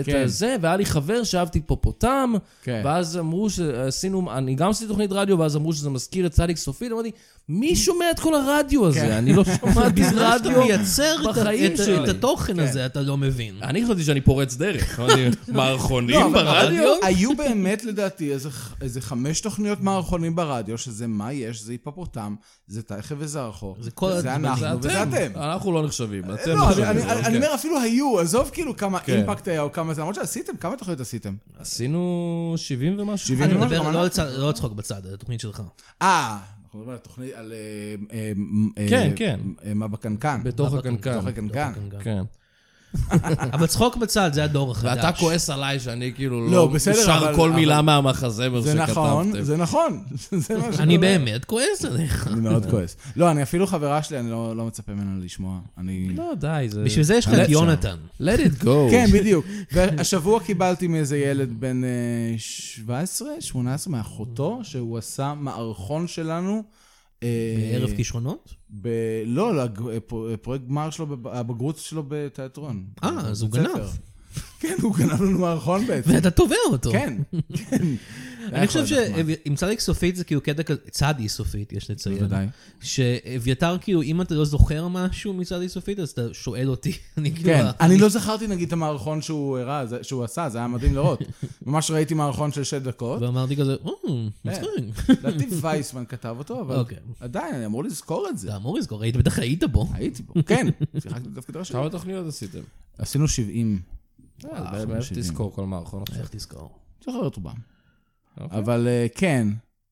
את כן. הזה? והיה לי חבר שאהבתי פופוטם, כן. ואז אמרו שעשינו, אני גם עשיתי תוכנית רדיו, ואז אמרו שזה מזכיר את צדיק סופית, אמרתי, מי שומע את כל הרדיו הזה? אני לא שמעתי שאתה רדיו. מייצר את ה- בחיים את ה- שלי. את התוכן כן. הזה, אתה לא מבין. אה, אני חשבתי שאני פורץ דרך, אמרתי, מערכונים לא, אבל ברדיו? היו באמת, לדעתי, איזה ח- איזה חמש תוכניות מערכונים ברדיו, שזה מה יש, זה היפופוטם, זה טייכה וזרחו, זה כל זה הדברים. אה, אנחנו וזה אתם. אנחנו לא נחשבים, אתם לא, נחשבים. אני- אני- אוקיי. כן. אני אומר, אפילו היו, עזוב כאילו כמה כן. אימפקט היה או כמה זה, למרות שעשיתם, כמה תוכניות עשיתם? עשינו 70 ומשהו. כן, 70 אני ומשהו, מדבר אבל לא אנחנו- על צד- לא על צחוק בצד, על התוכנית שלך. כן. אה, אנחנו מדברים על התוכנית, על... אה, אה, אה, כן, אה, כן. אה, מה בקנקן. בתוך בתוך לא הקנקן. הקנקן. כן. כן. אבל צחוק בצד, זה הדור החדש. ואתה כועס עליי שאני כאילו לא, לא בסדר, שר אבל- כל אבל- מילה מהמחזמר זה שכתבתם. נכון, זה נכון. זה מה אני שקורה. באמת כועס עליך. אני מאוד כועס. לא, אני אפילו חברה שלי, אני לא לא מצפה ממנה לשמוע. אני... לא, די, זה... בשביל זה יש לך את אה, Let's- יונתן. let it go. כן, בדיוק. והשבוע קיבלתי מאיזה ילד בן אה, 17, 18, מאחותו, שהוא עשה מערכון שלנו. אה, ערב כישרונות? ב... לא, לג- אה, פרו- אה, פרויקט גמר שלו, בב- הבגרות שלו בתיאטרון. אה, אז הוא בבית גנב. ספר. כן, הוא גנב לנו מערכון בעצם. ואתה תובע אותו. כן, כן. אני חושב שאם צדיק סופית זה כאילו קטע כזה, צדי סופית, יש לציין. בוודאי. שאביתר, כאילו, אם אתה לא זוכר משהו מצדי סופית, אז אתה שואל אותי. אני כאילו... כן, ה- אני לא זכרתי נגיד את המערכון שהוא הראה, זה- שהוא עשה, זה היה מדהים לראות. ממש ראיתי מערכון של שש דקות. ואמרתי כזה, "אה, מצחיק. לדעתי וייסמן כתב אותו, אבל אוקיי. עדיין, אני אמור לזכור את זה. אתה אמור לזכור, היית בטח היית בו. הייתי בו, כן, שיחקתי בתפקיד ראשון. כמה תוכניות עשיתם? עשינו 70. אה, אז באמת שבעים. תזכור כל מערכון עכשיו. איך תזכור? זוכר את רובם. אוקיי. אבל אה, כן,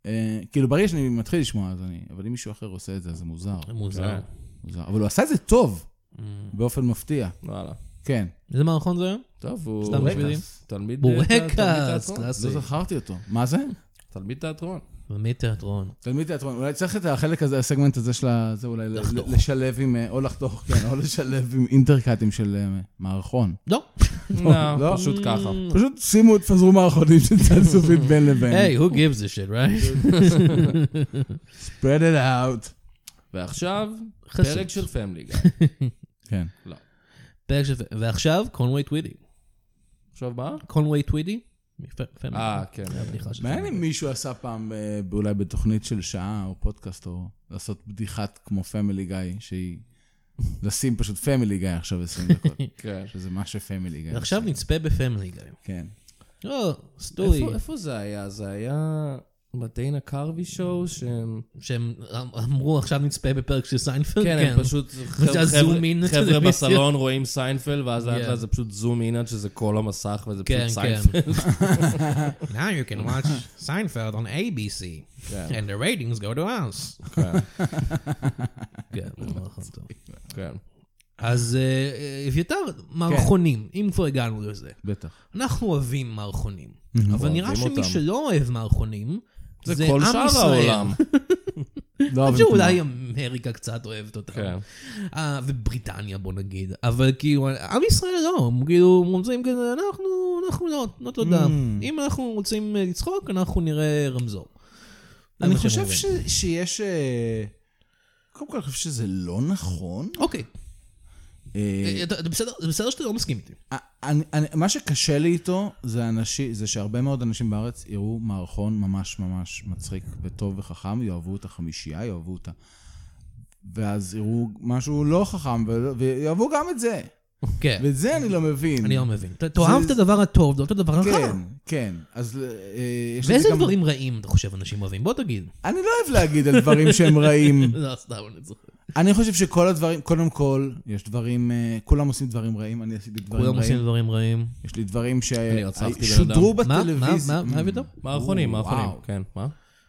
אה, כאילו ברגע שאני מתחיל לשמוע, אז אני... אבל אם מישהו אחר עושה את זה, אז זה מוזר. מוזר. מוזר. אבל הוא עשה את זה טוב, באופן מפתיע. וואלה. כן. איזה מערכון זה היה? טוב, הוא... סתם בשבילי. תלמיד... אה, תלמיד בורקס, תיאטרון. קלאסי. לא זכרתי אותו. מה זה? תלמיד תיאטרון. באמת תיאטרון. תלמיד תיאטרון. אולי צריך את החלק הזה, הסגמנט הזה של ה... זה אולי ל- לחתוך. לשלב עם... אה, או לחתוך, כן, או לשלב עם אינטרקטים של אה, מערכון. לא. לא, לא. פשוט ככה. פשוט שימו, תפזרו מערכונים של צד סופית בין לבין. היי, who gives a shit, right? spread it out. ועכשיו, חשוב. פרק של פמילי גיא. כן. לא. פרק של- ועכשיו, קונווי טווידי. עכשיו מה? קונווי טווידי? מפ- פמילי. אה, כן. הבדיחה של מעניין פמילי. אם מישהו עשה פעם, אה, אולי בתוכנית של שעה או פודקאסט, או לעשות בדיחת כמו פמילי גיא, שהיא... לשים פשוט פמילי גיא עכשיו 20 דקות, כן. שזה מה שפמילי גיא. ועכשיו נצפה בפמילי גיא. כן. או, סטורי. איפה- איפה זה היה? זה היה בדיינה קרבי שואו שהם... כן. שהם אמרו, עכשיו נצפה בפרק של סיינפלד? כן, הם פשוט... זה הזום אין חבר'ה טלוויזיה. בסלון רואים סיינפלד, ואז לאט כן. לאט זה פשוט זום אין עד שזה כל המסך, וזה כן, פשוט כן. סיינפלד. Now you can watch Seinfeld on ABC, כן. and the ratings go to us. כן, זה מערכון טוב. כן. אז אה, אה, אביתר, מערכונים, כן. אם כבר הגענו לזה. בטח. אנחנו אוהבים מערכונים, אבל נראה Mhm. אוהבים שמי אותם. שלא אוהב מערכונים, זה זה כל עם שאר ישראל. העולם. לא, אני אבל חושב זה שאולי אמריקה קצת אוהבת אותם. כן. אה, ובריטניה בוא נגיד, אבל כאילו, עם ישראל לא, הם כאילו רוצים כזה, אנחנו, אנחנו לא, לא תודה. Mm. אם אנחנו רוצים אה, לצחוק, אנחנו נראה רמזור. זה אני מה שהם חושב אומרים. ש- שיש... אה, קודם כל, אני חושב שזה לא נכון. אוקיי, אה, אה, אתה- אתה בסדר- זה בסדר שאתה לא מסכים איתי. אני, אני, מה שקשה לי איתו זה, אנשי, זה שהרבה מאוד אנשים בארץ יראו מערכון ממש ממש מצחיק וטוב וחכם, יאהבו את החמישייה, יאהבו אותה. ואז יראו משהו לא חכם ולא- ויאהבו גם את זה. כן, ואת זה אני לא מבין. אני לא מבין. אתה תאהב את הדבר הטוב, לא את הדבר הרע. כן, כן. אז אה, יש ואיזה לזה גם... דברים רעים אתה חושב אנשים אוהבים? בוא תגיד. אני לא אוהב להגיד על דברים שהם רעים. לא, סתם, אני צוחק. אני חושב שכל הדברים, קודם כל, יש דברים, אה, כולם עושים דברים רעים, אני עשיתי דברים כולם עושים רעים. דברים רעים. יש לי דברים רצחתי בן אדם. ששודרו מה, מה, בטלוויזיה. Mm. מה, מה אביתר? מערכונים, וואו. מערכונים. כן, מה?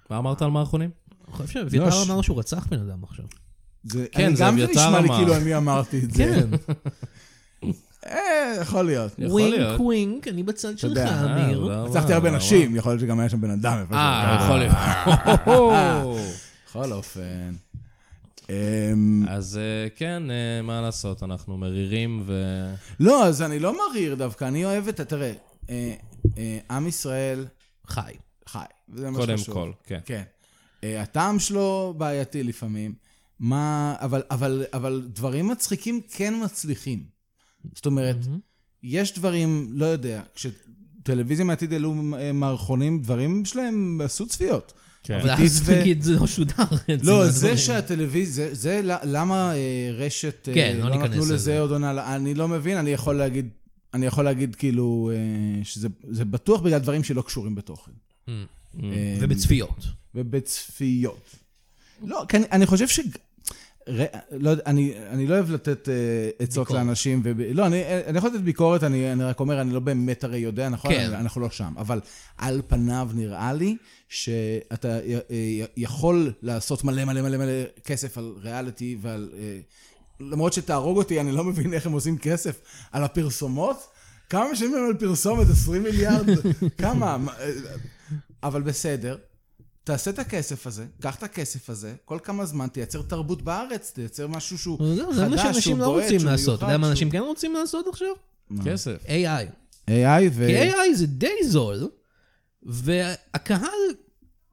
מה אמרת על מערכונים? אני חושב שאביתר נוש. אמר שהוא רצח בן אדם עכשיו. זה, כן, כן, זה גם זה אביתר נשמע לי אמר. כאילו אני אמרתי את זה. כן. אה, יכול להיות. יכול ווינק להיות. ווינק, אני בצד שלך, יודע, אה, אמיר. לא, רצחתי לא, הרבה לא, נשים, יכול להיות שגם היה שם בן אדם. איפה אה, שהוא. יכול להיות. בכל אופן. אמ, אז אה, כן, אה, מה לעשות, אנחנו מרירים ו... לא, אז אני לא מריר דווקא, אני אוהב את ה... תראה, אה, אה, עם ישראל חי. חי, וזה מה קודם שחשוב. כל, כן. כן. אה, הטעם שלו בעייתי לפעמים. מה, אבל, אבל, אבל דברים מצחיקים כן מצליחים. זאת אומרת, יש דברים, לא יודע, כשטלוויזיה מהעתיד העלו אה, מערכונים, דברים שלהם עשו צפיות. כן. אבל עתיד אז ו- תגיד, זה לא שודר. אצל לא, זה הדברים. שהטלוויזיה, זה- זה ל- למה אה, רשת, אה, כן, לא לא ניכנס נתנו לזה. לזה עוד עונה, ל- אני לא מבין, אני יכול להגיד, אני יכול להגיד כאילו, אה, שזה זה בטוח בגלל דברים שלא קשורים בתוכן. Mm. אה, ובצפיות. ובצפיות. לא, כי אני, אני חושב ש... ר... לא, יודע, אני, אני לא אוהב לתת אה, עצות ביקורת. לאנשים, וב... לא, אני, אני יכול לתת ביקורת, אני, אני רק אומר, אני לא באמת הרי יודע, נכון? כן. אני, אנחנו לא שם. אבל על פניו נראה לי שאתה י, י, יכול לעשות מלא מלא מלא מלא כסף על ריאליטי ועל אה, למרות שתהרוג אותי, אני לא מבין איך הם עושים כסף על הפרסומות? כמה משלמים להם על פרסומת? 20 מיליארד? כמה? מה, אה, אבל בסדר. תעשה את הכסף הזה, קח את הכסף הזה, כל כמה זמן תייצר תרבות בארץ, תייצר משהו שהוא חדש, שהוא זה מה בועט, שהוא מיוחד. שאנשים לא רוצים לעשות. אתה יודע מה שהוא- אה. אנשים כן רוצים לעשות עכשיו? כסף. AI. AI ו... כי AI זה די זול, והקהל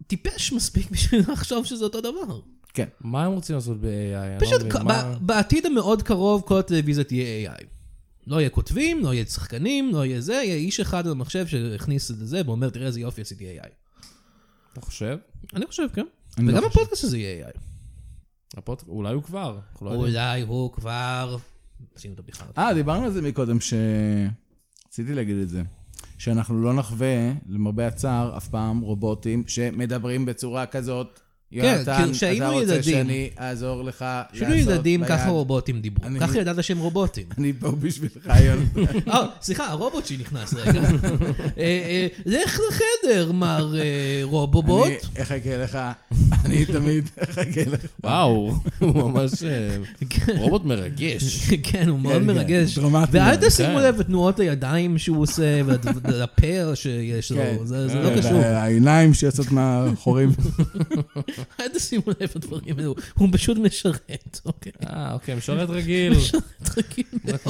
טיפש מספיק בשביל לחשוב שזה אותו דבר. כן. מה הם רוצים לעשות ב-AI? פשוט אוקיי, ב- בעתיד המאוד קרוב כל הטלוויזיה תהיה AI. לא יהיה כותבים, לא יהיה שחקנים, לא יהיה זה, יהיה איש אחד על המחשב שהכניס את זה ואומר, תראה איזה יופי עשיתי AI. אתה חושב? אני חושב, כן. אני לא וגם חושב. הפודקאסט הזה יהיה AI. הפוד- אולי הוא כבר. אנחנו לא יודעים. אולי הוא כבר... עשינו אותו בכלל. אה, דיברנו על זה מקודם, ש... רציתי להגיד את זה. שאנחנו לא נחווה, למרבה הצער, אף פעם רובוטים שמדברים בצורה כזאת. יונתן, כאילו, כשהיינו אתה רוצה ילדים- שאני אעזור לך לעשות אפילו ילדים ביד. ככה רובוטים דיברו. אני- ככה ידעת שהם רובוטים. אני פה בשבילך, יונתן. אה, סליחה, הרובוט שנכנס רגע. אה, אה, לך לחדר, מר אה, רובוט. אני אחכה לך, אני תמיד אחכה לך. וואו, הוא ממש אה, רובוט מרגש. כן, הוא מאוד כן, מרגש. דרמטי ואל מאוד, תשימו כן. לב לתנועות הידיים שהוא עושה, ול- ולפה שיש כן. לו, זה זה כן. לא קשור. אה, העיניים שיוצאות מהחורים. אל תשימו לב לדברים האלו, הוא פשוט משרת, אוקיי? אה, אוקיי, משרת כאילו- רגיל. תרגיל.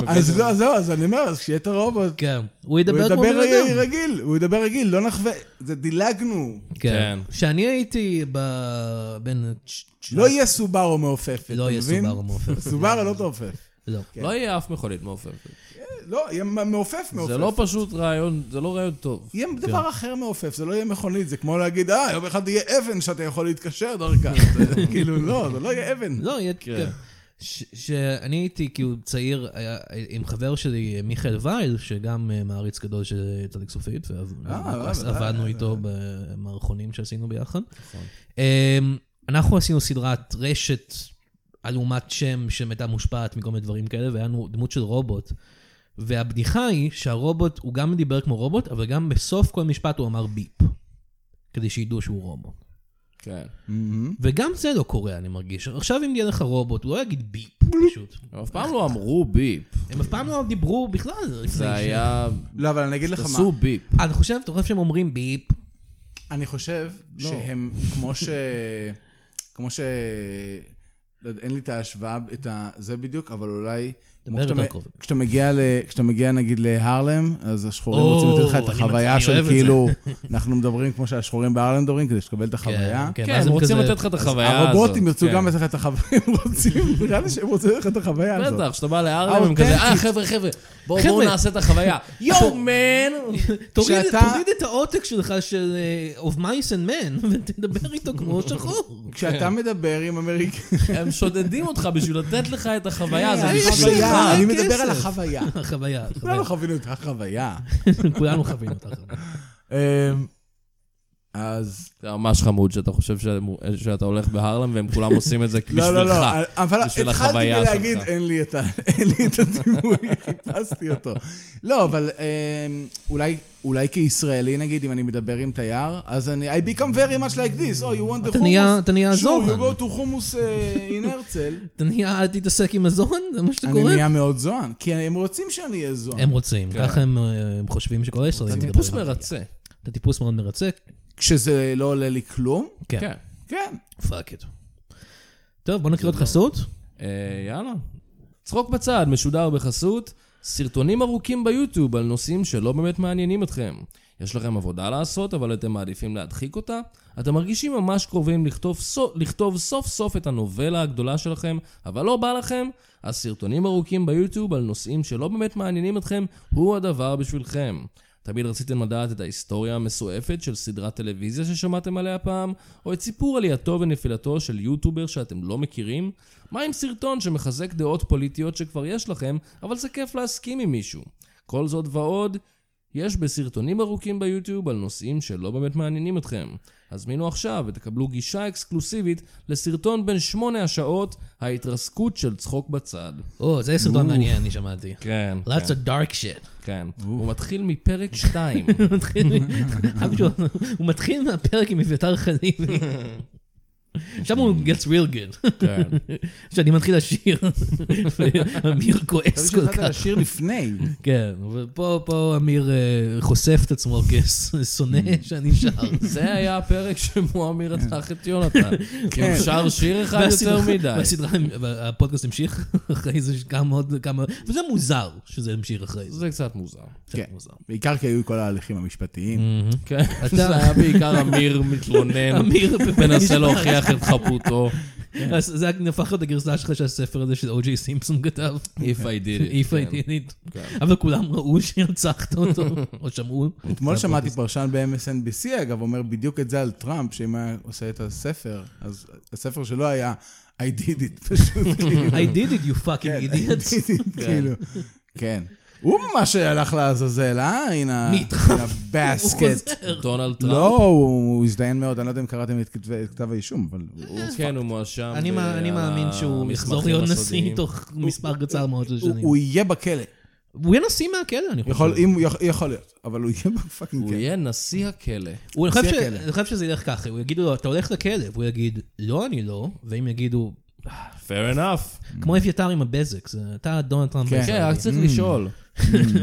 אז לא, אז זהו, אז אני אומר, אז כשיהיה את הרובוט, כן, הוא הוא ידבר כמו ידבר אה, בן אדם. רגיל, הוא ידבר רגיל, לא נחווה, זה דילגנו. כן. כן. כשאני הייתי ב- בין... לא יהיה סובארו מעופפת, אתה לא יהיה מבין? סובארו מעופפת. סובארו לא תעופף. לא. לא יהיה אף מכונית מעופפת. לא, יהיה מעופף, מעופף. זה לא פשוט רעיון, זה לא רעיון טוב. יהיה כן. דבר אחר מעופף, זה לא יהיה מכונית, זה כמו להגיד, אה, יום אחד יהיה אבן שאתה יכול להתקשר דרכה. כן. זה כאילו, לא, זה לא יהיה אבן. לא, יהיה... כן. ש- שאני הייתי כאילו צעיר היה- עם חבר שלי מיכאל וייל, שגם אה, מעריץ גדול של צדיק סופית, אה, נכון. ועבדנו איתו במערכונים שעשינו ביחד. אמ, אנחנו עשינו סדרת רשת עלומת שם שהייתה מושפעת מכל מיני דברים כאלה, והיה לנו דמות של רובוט. והבדיחה היא שהרובוט, הוא גם דיבר כמו רובוט, אבל גם בסוף כל משפט הוא אמר ביפ, כדי שידעו שהוא רובוט. כן. לא. מהמם. וגם זה לא קורה, אני מרגיש. עכשיו אם יהיה לך רובוט, הוא לא יגיד ביפ, פשוט. הם אף פעם לא אמרו ביפ. הם אף פעם לא דיברו בכלל. לפני זה ש- היה... לא, אבל אני אגיד לך מה. עשו ביפ. אה, אתה חושב, אתה חושב שהם אומרים ביפ? אני חושב שהם, כמו ש... כמו ש... לא יודע, אין לי את ההשוואה, את ה... זה בדיוק, אבל אולי... כמו יותר כשאתה מ- קרוב. כשאתה מגיע, ל... כשאתה מגיע נגיד להרלם, אז השחורים או, רוצים לתת לך את אני- החוויה אני של אוהב את כאילו, אנחנו מדברים כמו שהשחורים בהרלם מדברים, כדי שתקבל את החוויה. כן, ואז הם רוצים כזה- לתת לך את החוויה הזאת. הרובוטים ירצו כן. גם לתת לך את החוויה, הם רוצים, נראה לי שהם רוצים לתת לך את החוויה הזאת. בטח, כשאתה בא לארלם, הם האותנטית. כזה, אה, חבר'ה, חבר'ה, בואו בואו חבר'ה. נעשה את החוויה. יואו, מן! תוריד כשאתה- תוריד את העותק שלך של אה, of mice and men, ותדבר איתו כמו שחור. כשאתה מדבר עם אמריקאים... הם שודדים אותך בשביל לתת לך את החוויה, זה אני יש בשביל... לי- חוויה, אני מדבר כסף. על החוויה. החוויה, לא כולנו החוויה. חווינו את החוויה. כולנו חווינו אותה. אמ, אז... זה ממש חמוד שאתה חושב שהם- שאתה הולך בהרלם והם כולם עושים את זה בשבילך. לא, לא, לא, אבל בשביל התחלתי החוויה מלהגיד, שלך. אין לי את ה- אין לי את הדימוי, חיפשתי אותו. לא, אבל אמ, אולי- אולי כישראלי, נגיד, אם אני מדבר עם תייר, אז אני, I become very much like this, oh, you want the hummus? אתה נהיה- אתה נהיה Sure, you זוהן. go to hummus אה, in הרצל. אתה נהיה, אל תתעסק עם הזון? זה מה שאתה אני קורא? נהיה מאוד זוהן, כי הם רוצים שאני אהיה זוהן. הם רוצים, ככה הם אה, הם חושבים שכל הישראלים זה מדברים. כן. טיפוס מרצה. אתה טיפוס מאוד מרצק. כשזה לא עולה לי כלום? כן. כן. פאק את. טוב, בוא נקריא לא- עוד חסות. אה, יאללה. צחוק בצד משודר בחסות, סרטונים ארוכים ביוטיוב על נושאים שלא באמת מעניינים אתכם. יש לכם עבודה לעשות, אבל אתם מעדיפים להדחיק אותה? אתם מרגישים ממש קרובים לכתוב, סו, לכתוב סוף סוף את הנובלה הגדולה שלכם, אבל לא בא לכם? אז סרטונים ארוכים ביוטיוב על נושאים שלא באמת מעניינים אתכם, הוא הדבר בשבילכם. תמיד רציתם לדעת את ההיסטוריה המסועפת של סדרת טלוויזיה ששמעתם עליה פעם, או את סיפור עלייתו ונפילתו של יוטובר שאתם לא מכירים? מה עם סרטון שמחזק דעות פוליטיות שכבר יש לכם, אבל זה כיף להסכים עם מישהו? כל זאת ועוד, יש בסרטונים ארוכים ביוטיוב על נושאים שלא באמת מעניינים אתכם. הזמינו עכשיו ותקבלו גישה אקסקלוסיבית לסרטון בן שמונה השעות, ההתרסקות של צחוק בצד. או, זה סרטון מעניין, אני שמעתי. כן, That's a dark shit. כן. הוא מתחיל מפרק 2. הוא מתחיל מ- הוא מתחיל מהפרק עם אביתר חליבי. שם הוא gets real good. כן. שאני מתחיל לשיר, אמיר כועס חשבתי כל שהתחלת כך. לשיר לפני. כן, אבל פה, פה אמיר אה, חושף את עצמו כשונא שאני שר. זה היה הפרק שמועמי רצח את יונתן. כי כן. הוא שר שיר אחד יותר והסדרה- מדי. והסדרה, הפודקאסט המשיך אחרי זה כמה עוד כמה, וזה מוזר שזה המשיך אחרי זה. זה קצת מוזר. כן. מוזר. בעיקר כי היו כל ההליכים המשפטיים. כן, זה היה בעיקר אמיר מתלונן, אמיר כן. מנסה להוכיח את חפותו. אז זה נהפך להיות הגרסה שלך של הספר הזה שאו.ג'יי סימפסון כתב. If I did it. If I כן. did it. כן. אבל כולם ראו שרצחת אותו, או שמעו. אתמול שמעתי פרשן ב-MSNBC, אגב, אומר בדיוק את זה על טראמפ, שאם היה עושה את הספר, אז הספר שלו היה I did it, פשוט כאילו. I did it, you כן. fucking idiots. I did it, כאילו. כן. הוא ממש הלך לעזאזל, אה? הנה מי איתך? הנה הבאסקט. דונלד טראמפ. לא, הוא הוא הזדיין מאוד, אני לא יודע אם קראתם את כתבי- את כתב האישום, אבל הוא... כן, הוא מואשם. אני מא- אני ב- מאמין שהוא יחזור המסמכים להיות הסודיים. נשיא תוך מספר קצר מאוד של הוא- שנים. הוא יהיה בכלא. הוא יהיה נשיא מהכלא, אני יכול חושב. אם- יכול להיות, אבל הוא יהיה בפאקינג הוא כלא. יהיה נשיא הכלא. הוא- אני חושב נשיא ש- הכלא. אני חושב שזה ילך ככה, הוא יגידו לו, אתה הולך לכלא, והוא יגיד, לא, אני לא, ואם יגידו, Fair enough. כמו אביתר עם הבזק, זה- אתה דונלד טראמפ. כן. כן, הישראלי. רק צריך לשאול. לא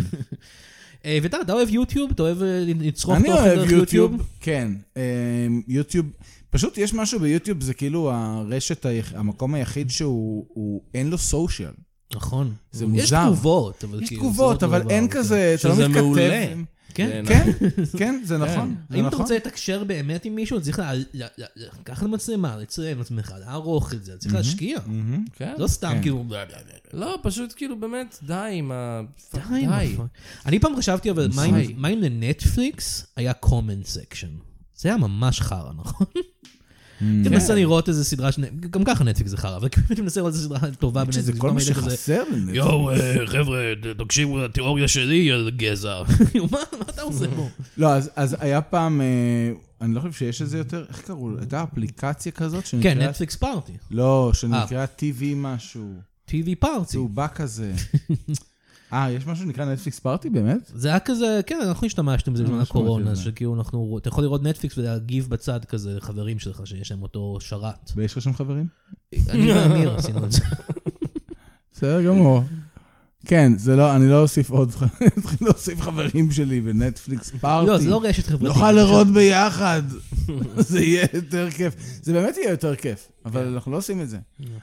אה, אביתר, אתה אוהב יוטיוב? אתה אוהב אה, לצרוך אני תוכן דרך אוהב יוטיוב? יוטיוב, כן. אמ, יוטיוב, פשוט יש משהו ביוטיוב, זה כאילו הרשת, היח- המקום היחיד שהוא, הוא- אין לו סושיאל. נכון. זה יש מוזר. תגובות, אבל יש כאילו, תגובות, זה לא אבל דבר, אין כן. כזה, אתה לא שזה מתכתב. מעולה. עם- כן. כן, כן, זה נכון. זה אם אתה נכון. רוצה לתקשר באמת עם מישהו, צריך לה- לה- לה- לקחת מצלמה, לצלם את עצמך, לערוך את זה, צריך להשקיע. מהמם. כן? לא סתם כן. כאילו... לא, פשוט כאילו באמת, די עם ה... די, נכון. מה- אני פעם חשבתי, אבל מה אם- די. מה אם לנטפליקס היה comment section? זה היה ממש חרא, נכון? אתה מנסה כן. לראות איזה סדרה, ש- גם ככה נטפליקס זה חרא, אבל כאילו אם אתה מנסה לראות איזה סדרה טובה בנטפליקס, שזה כל פתאום מה היית כזה, שחסר לנטפליקס. יואו, אה, חבר'ה, תקשיבו לתיאוריה שלי על גזע. כאילו, מה מה אתה עושה פה? לא, אז- אז היה פעם, אה, אני לא חושב שיש את זה יותר, איך קראו לה? הייתה אפליקציה כזאת שנקראת... כן, נטפליקס אה. פארטי. לא, שנקראת TV משהו, TV פארטי. צהובה כזה. אה, יש משהו שנקרא נטפליקס פארטי באמת? זה היה כזה, כן, אנחנו השתמשנו בזה בזמן ממש שמעתי הקורונה, על זה. שכאילו אנחנו, אתה יכול לראות נטפליקס ולהגיב בצד כזה לחברים שלך שיש להם אותו שרת. ויש לך שם חברים? אני ואמיר עשינו את זה. בסדר גמור. כן, זה לא, אני לא אוסיף עוד, אני אתחיל להוסיף חברים שלי בנטפליקס פארטי. לא, זה לא רשת חברתית. נוכל לראות ביחד, זה יהיה יותר כיף. זה באמת יהיה יותר כיף, אבל כן. אנחנו לא עושים את זה.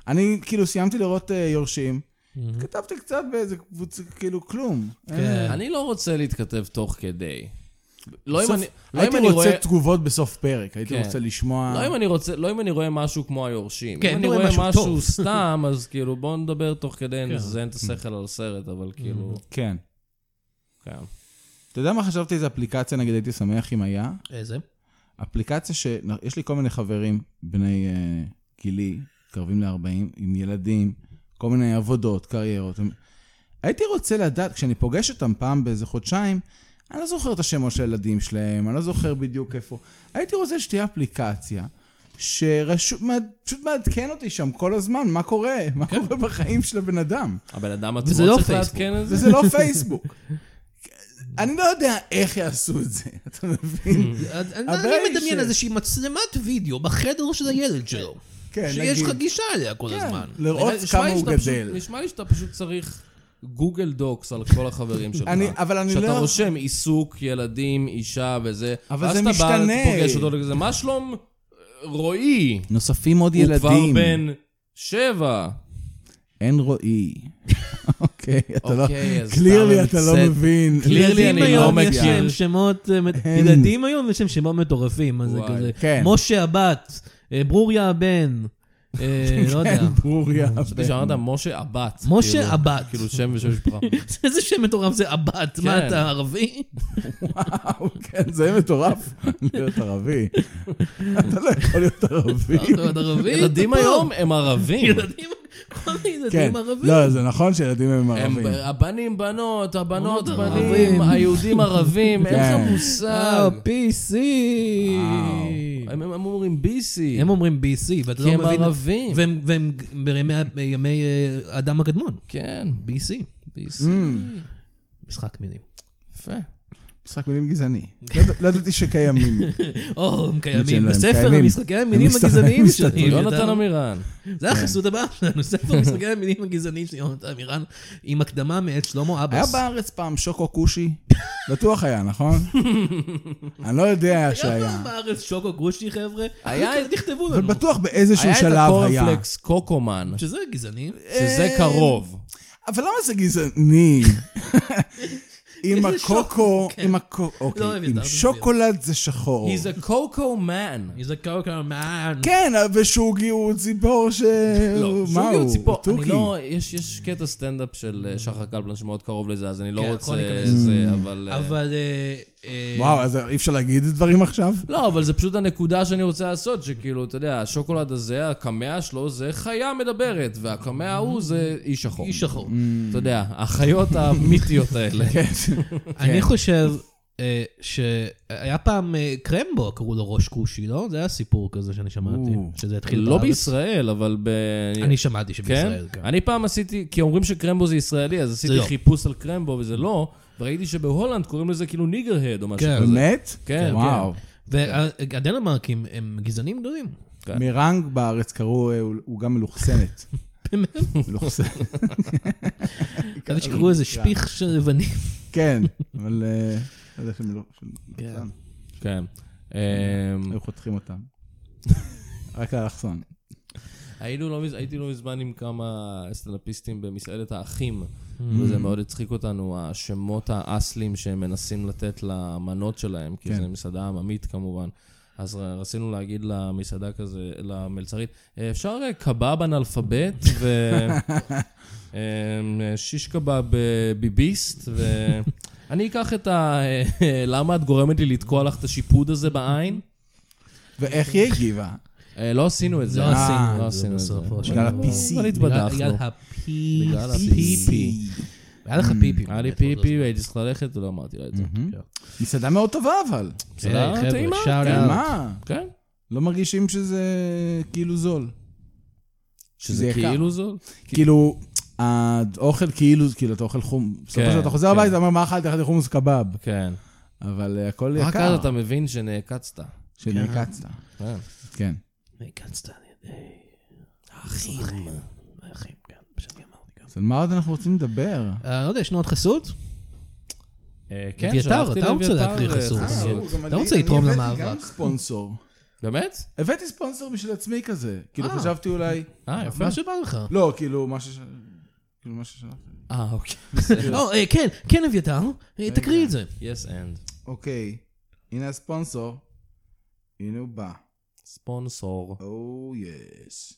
אני כאילו סיימתי לראות אה, יורשים, כתבתי קצת באיזה קבוצה, כאילו כלום. כן. אני לא רוצה להתכתב תוך כדי. לא אם בסוף- אני- לא אם הייתי אני רואה... רוצה תגובות בסוף פרק, הייתי כן. רוצה לשמוע... לא אם אני רוצה, לא אם אני רואה משהו כמו היורשים. כן, אם אני אתה רואה רואה משהו משהו טוב. סתם, אז כאילו בואו נדבר תוך כדי, כן. נזיין את השכל על הסרט, אבל כאילו... כן. כן. אתה יודע מה חשבתי איזה אפליקציה, נגיד, הייתי שמח אם היה? איזה? אפליקציה ש... יש לי כל מיני חברים בני אה, גילי, קרבים ל-40, עם ילדים, כל מיני עבודות, קריירות. הם- הייתי רוצה לדעת, כשאני פוגש אותם פעם באיזה חודשיים, אני לא זוכר את השמות של הילדים שלהם, אני לא זוכר בדיוק איפה. הייתי רוצה שתהיה אפליקציה שפשוט מעדכן אותי שם כל הזמן, מה קורה, מה קורה בחיים של הבן אדם. הבן אדם וזה עצמו לא צריך פייסבוק. לעדכן את זה? וזה לא פייסבוק. אני לא יודע איך יעשו את זה, אתה מבין? אני הבעיה אני היא מדמיין ש- איזושהי מצלמת וידאו בחדר של הילד שלו. כן, שיש לך נגיד. גישה אליה כל כן, הזמן. לראות נשמע כמה לי הוא שאתה פשוט- גדל. נשמע לי שאתה פשוט צריך גוגל דוקס על כל החברים שלך. אני- אבל אני שאתה לא- רושם עיסוק, ילדים, אישה וזה. אבל ואז זה אתה בא, משתנה. פוגש אותו כזה, מה שלום רועי? נוספים עוד ילדים. הוא כבר בן שבע. אין רועי. אוקיי, אתה לא... אוקיי, אז קלירלי אתה אתה לא ממצאת- מבין. clearly ילדים אני לא היום יש מכיר. להם שמות, אה, מט- אין. ילדים היום יש להם שמות מטורפים, אז זה וואי, כזה, כן. משה הבת, אה, ברוריה הבן, אה, לא יודע. אין ברוריה. חשבתי שאמרת משה אבט. משה כאילו, אבט. כאילו שם ושם משפחה. איזה שם מטורף זה הבת, כן. מה אתה ערבי? וואו, כן, זה מטורף. להיות ערבי. אתה לא יכול להיות ערבי. אתה עוד ערבי? ילדים אתה פה. היום הם ערבים. ילדים, כל כן. הילדים ערבים. לא, זה נכון שילדים הם הם- ערבים. הבנים בנות, הבנות בנים, ערבים. היהודים ערבים, אין כן. לך אה, מושג. PC. הם הם אומרים ביסי. הם אומרים BC, ואתה כי לא הם מבין. ערבים. והם- והם בימי ימי, אה, האדם הקדמון. כן, BC, ביסי. משחק מילים. יפה. משחק מילים גזעני. לא יד- לא ידעתי שקיימים. או, הם שהם קיימים לא, הם בספר קיימים. המשחקי המינים הם מסת- הגזעניים מסתתרים. שלי. יונתן עמירן. זה החסות הבאה שלנו, ספר משחקי המינים הגזעניים של יונתן אמירן, עם הקדמה מאת שלמה היה אבס. בארץ פעם שוקו כושי? בטוח היה, נכון? אני לא יודע היה שהיה. פעם בארץ שוקו גרושי, חבר'ה? היה- תכתבו אבל לנו. בטוח באיזשהו היה את שלב היה. הקורנפלקס קוקומן, שזה גזעני. שזה אה, קרוב. אבל למה זה גזעני? עם איזה שוקו, הקוקו, כן. עם הקוקו, לא אוקיי, אביתר, עם זה שוקולד זה שחור. He's a coco man. איזה קוקו מן. כן, ושוגי הוא ציפור ש... לא, מה שוגי הוא הוא? ציפור. אני אה, תוכי. לא, יש יש קטע סטנדאפ של אה, שחר קלפלן שמאוד קרוב לזה, אז אני לא כן, רוצה יכול להיכנס. זה, אבל... אה, אבל... אה, אה, וואו, אז אי אפשר להגיד דברים עכשיו? לא, אבל זה פשוט הנקודה שאני רוצה לעשות, שכאילו, אתה יודע, השוקולד הזה, הקמע שלו זה חיה מדברת, והקמע ההוא זה איש שחור. איש שחור. אתה יודע, החיות המיתיות האלה. אני חושב אה, שהיה פעם אה, קרמבו, קראו לו ראש כושי, לא? זה היה סיפור כזה שאני שמעתי, או. שזה התחיל לא בארץ. בישראל, אבל ב... אני שמעתי כן? שבישראל, כן. אני פעם עשיתי, כי אומרים שקרמבו זה ישראלי, אז עשיתי לא. חיפוש על קרמבו וזה לא, וראיתי שבהולנד קוראים לזה כאילו ניגר-הד או משהו כן. כזה. באמת? כן, וואו. והדנמרקים הם גזענים גדולים. כן. מירנג בארץ קראו, אה, הוא- הוא גם מלוכסנת. באמת? מלוכסנת, חשבתי שקראו איזה שפיך של לבנים. כן, אבל... אה, לא יודע, של מלוכ- של מלוכסן. כן. אמ, היו חותכים אותם. רק האלכסון. היינו לא, מז- הייתי לא מזמן עם כמה סטנדאפיסטים במסעדת האחים, וזה מאוד הצחיק אותנו, השמות האסלים שהם מנסים לתת למנות שלהם, כי כן. זו מסעדה עממית כמובן. אז ר- רצינו להגיד למסעדה כזה, למלצרית, "אה, אפשר אה, קבב אנאלפבית ו... אמ, אה, שיש קבב אה, ביביסט, ו... אני אקח את ה... אה, למה את גורמת לי לתקוע לך את השיפוד הזה בעין? ואיך היא הגיבה? אה, לא עשינו את זה. לא עשינו לא את זה עשינו את זה. בסופו של בגלל דבר. ה-PC. אבל בגלל התבדחנו. הפי- בגלל Mm. פיפי. היה לך פיפי. לא היה לי באמת, כל הזמן. פיפי והייתי צריך ללכת ולא אמרתי לה את זה. מסעדה מאוד טובה, אבל. בסדר, היי, חבר'ה, טעימה, שאול כן. אאוט. מה? כן. לא מרגישים שזה כאילו זול. שזה יקר. כאילו זול. כאילו, האוכל כאילו, כאילו, אתה אוכל חומוס. בסופו של דבר, אתה חוזר כן. הביתה, אתה אומר, מה אכלתי? אכלתי חומוס קבב. כן. אבל אה, הכל רק יקר. אז אתה מבין שנעקצת. שנעקצת. כן. כן. נעקצת על ידי האחים. האחים, כן, שאני אמרתי גם. אז על מה עוד אנחנו רוצים לדבר? אה, לא יודע, יש לנו עוד חסות? אה, כן, אביתר, שלחתי אתה רוצה לאביתר, להקריא אה, חסות. חסות. אה, אתה רוצה לתרום אני למאבק. הבאתי גם ספונסור. באמת? הבאתי ספונסור בשביל עצמי כזה. כאילו, אה. חשבתי אולי... אה, יפה. מה שבא לך. לא, כאילו, מה ש... כאילו, מה ששלחתי. אה, אוקיי. או, אה, כן, כן, אביתר, אה, תקריא את זה. יס אנד. אוקיי, הנה הספונסור. הנה הוא בא. ספונסור. או יס.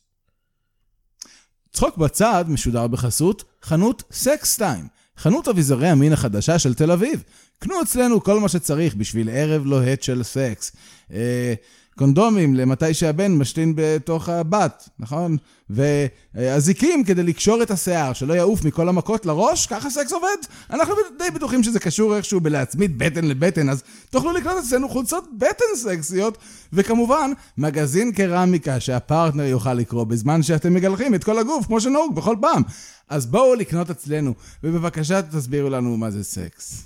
צחוק בצד משודר בחסות חנות סקס טיים, חנות אביזרי המין החדשה של תל אביב. קנו אצלנו כל מה שצריך בשביל ערב לוהט של סקס. אה, קונדומים למתי שהבן משתין בתוך הבת, נכון? ואזיקים כדי לקשור את השיער, שלא יעוף מכל המכות לראש, ככה סקס עובד. אנחנו די בטוחים שזה קשור איכשהו בלהצמיד בטן לבטן, אז תוכלו לקנות אצלנו חולצות בטן סקסיות, וכמובן, מגזין קרמיקה שהפרטנר יוכל לקרוא בזמן שאתם מגלחים את כל הגוף, כמו שנהוג בכל פעם. אז בואו לקנות אצלנו, ובבקשה תסבירו לנו מה זה סקס.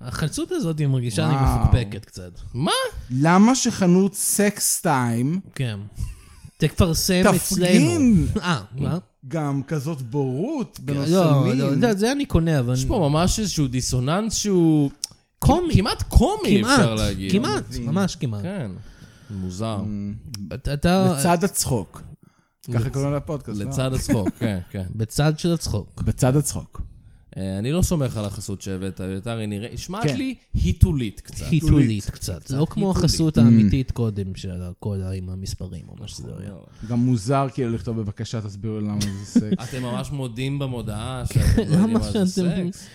החלצות הזאת היא מרגישה לי וואו. מפוקפקת קצת. מה? למה שחנות סקס טיים כן. תפרסם אצלנו. תפגין אה, כן. מה? גם כזאת בורות לא, בנושא לא, מין? זה- זה אני קונה, אבל... יש פה ממש איזשהו דיסוננס שהוא... קומי. כמעט קומי, אפשר כמעט, להגיד. כמעט, ממש כמעט. כן. מוזר. Mm, אתה- אתה... לצד הצחוק. ככה קוראים לפודקאסט, לא? לצד הצחוק, כן, כן. בצד של הצחוק. בצד הצחוק. אה, אני לא סומך על החסות שהבאת, אביתר, היא נראית... נשמעת כן. לי היטולית קצת. חיתולית קצת. לא כמו חיתולית. Mm. החסות האמיתית קודם, של הכל עם המספרים או מה נכון. שזה לא היה. גם מוזר כאילו לכתוב בבקשה תסבירו לנו למה זה סקס. אתם ממש מודים במודעה שאתם לא יודעים כן, למה מה זה שאתם- סקס.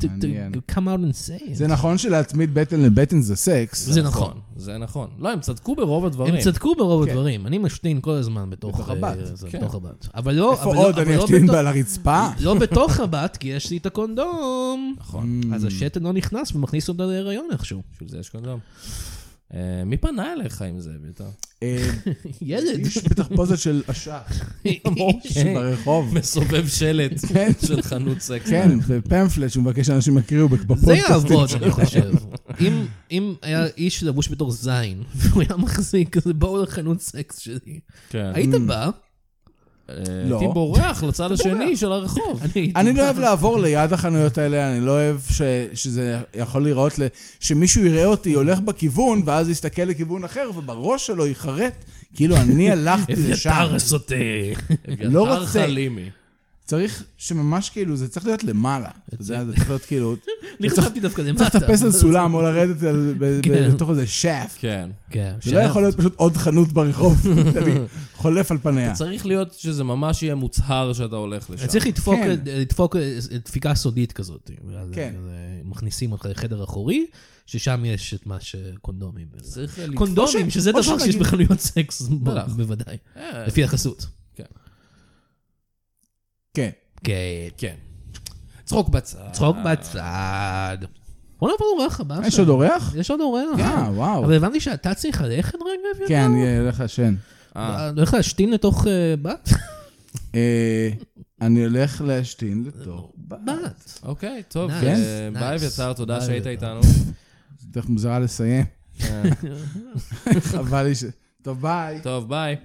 To- to מעניין. come out and say it. זה נכון שלהצמיד בטן לבטן זה סקס, זה נכון. זה נכון. לא, הם צדקו ברוב הדברים. הם צדקו ברוב כן. הדברים. אני משתין כל הזמן בתוך... בתוך אה, הבת, זה, כן. בתוך הבת. אבל לא... איפה אבל לא- עוד אבל אני לא אשתין בתוך- בה על הרצפה? לא בתוך הבת, כי יש לי את הקונדום. נכון. Mm. אז השתן לא נכנס ומכניס אותה להיריון איכשהו. בשביל זה יש קונדום. אה, מי פנה אליך עם זה, ביטר? אה, ילד. כן. יש בתחפושת של אשך שברחוב. מסובב שלט כן. של חנות סקס. כן, זה פמפלט שהוא מבקש שאנשים יקריאו בפודקאסטים. זה יעבוד, אני חושב. אם- אם היה איש לבוש בתור זין, והוא היה מחזיק כזה, בואו לחנות סקס שלי. כן. היית בא, אה, לא. הייתי בורח לצד השני של הרחוב. אני הייתי אני לא בא. אוהב לעבור ליד החנויות האלה, אני לא אוהב ש, שזה יכול להיראות, ל- שמישהו יראה אותי הולך בכיוון, ואז יסתכל לכיוון אחר, ובראש שלו ייחרט, כאילו אני הלכתי לשם. אביתר הסוטה. לא אביתר רוצה. חלימי. צריך שממש כאילו, זה צריך להיות למעלה. אתה יודע, זה צריך להיות כאילו, אני חשבתי דווקא למטה. צריך לטפס על סולם או לרדת על- ב- ב- כן. לתוך איזה שף. כן. כן, זה לא שאלה. יכול להיות פשוט עוד חנות ברחוב, אני חולף על פניה. צריך להיות שזה ממש יהיה מוצהר שאתה הולך לשם. צריך לדפוק, כן. לדפוק אה, דפיקה סודית כזאת. ואז כן. כזה מכניסים אותך לחדר אחורי, ששם יש את מה שקונדומים. צריך לדפוק. קונדומים, ש- שזה או דבר שיש שנגיד- בחנויות סקס, בטח. בוודאי. אה, לפי החסות. כן. כן. כן. צחוק בצד. צחוק אה. בצד. בוא נעבור לאורח הבא. יש שלנו. עוד אורח? יש עוד אורח. אה, וואו. אה, כן. אבל הבנתי שאתה צריך ללכת רגע, אביתר? כן, אני הולך לעשן. אה, אתה הולך להשתין לתוך אה, בת? אה, אני הולך להשתין לתוך בת. בת. אוקיי, טוב. Nice, אה, nice. ביי, אביתר, תודה ביי, שהיית אביתר. איתנו. זה דרך מוזרה לסיים. אה, חבל לי ש... טוב, ביי. טוב, ביי.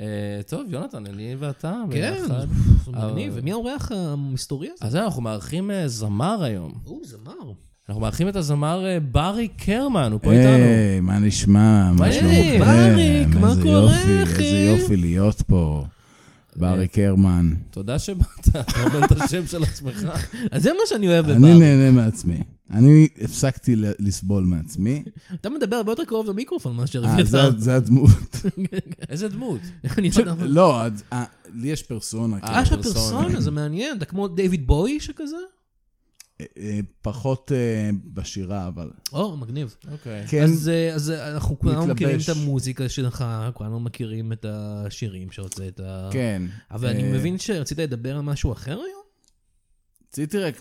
אה, טוב, יונתן, אני ואתה כן. ביחד. מגניב. ומי האורח המסתורי הזה? אז זהו, אנחנו מארחים אה, זמר היום. הוא זמר. אנחנו מארחים את הזמר אה, ברי קרמן, אה. הוא פה איתנו. היי, מה נשמע? מה היי, שלומכם? בריק, מה איזה קורה, יופי, אחי? אה. איזה יופי להיות פה. ברי קרמן. תודה שבאת, אתה אומר את השם של עצמך. אז זה מה שאני אוהב אני בבר. נהנה מעצמי. אני הפסקתי ל- לסבול מעצמי. אתה מדבר הרבה יותר קרוב למיקרופון מאשר אה, אביתר. זה- זה הדמות. איזה דמות. אני לא יודע. מה- לא, אז, אה, לי יש פרסונה. כאילו. אה, יש לך פרסונה. פרסונה, זה מעניין. אתה כמו דיוויד בוי שכזה? אה, אה, פחות אה, בשירה, אבל... או, מגניב. אוקיי. כן, אז אה, אז אה, אנחנו כולנו מתלבש. מכירים את המוזיקה שלך, כולנו מכירים את השירים שהוצאת. כן. אבל אני אה, מבין שרצית לדבר על משהו אחר היום? רציתי רק...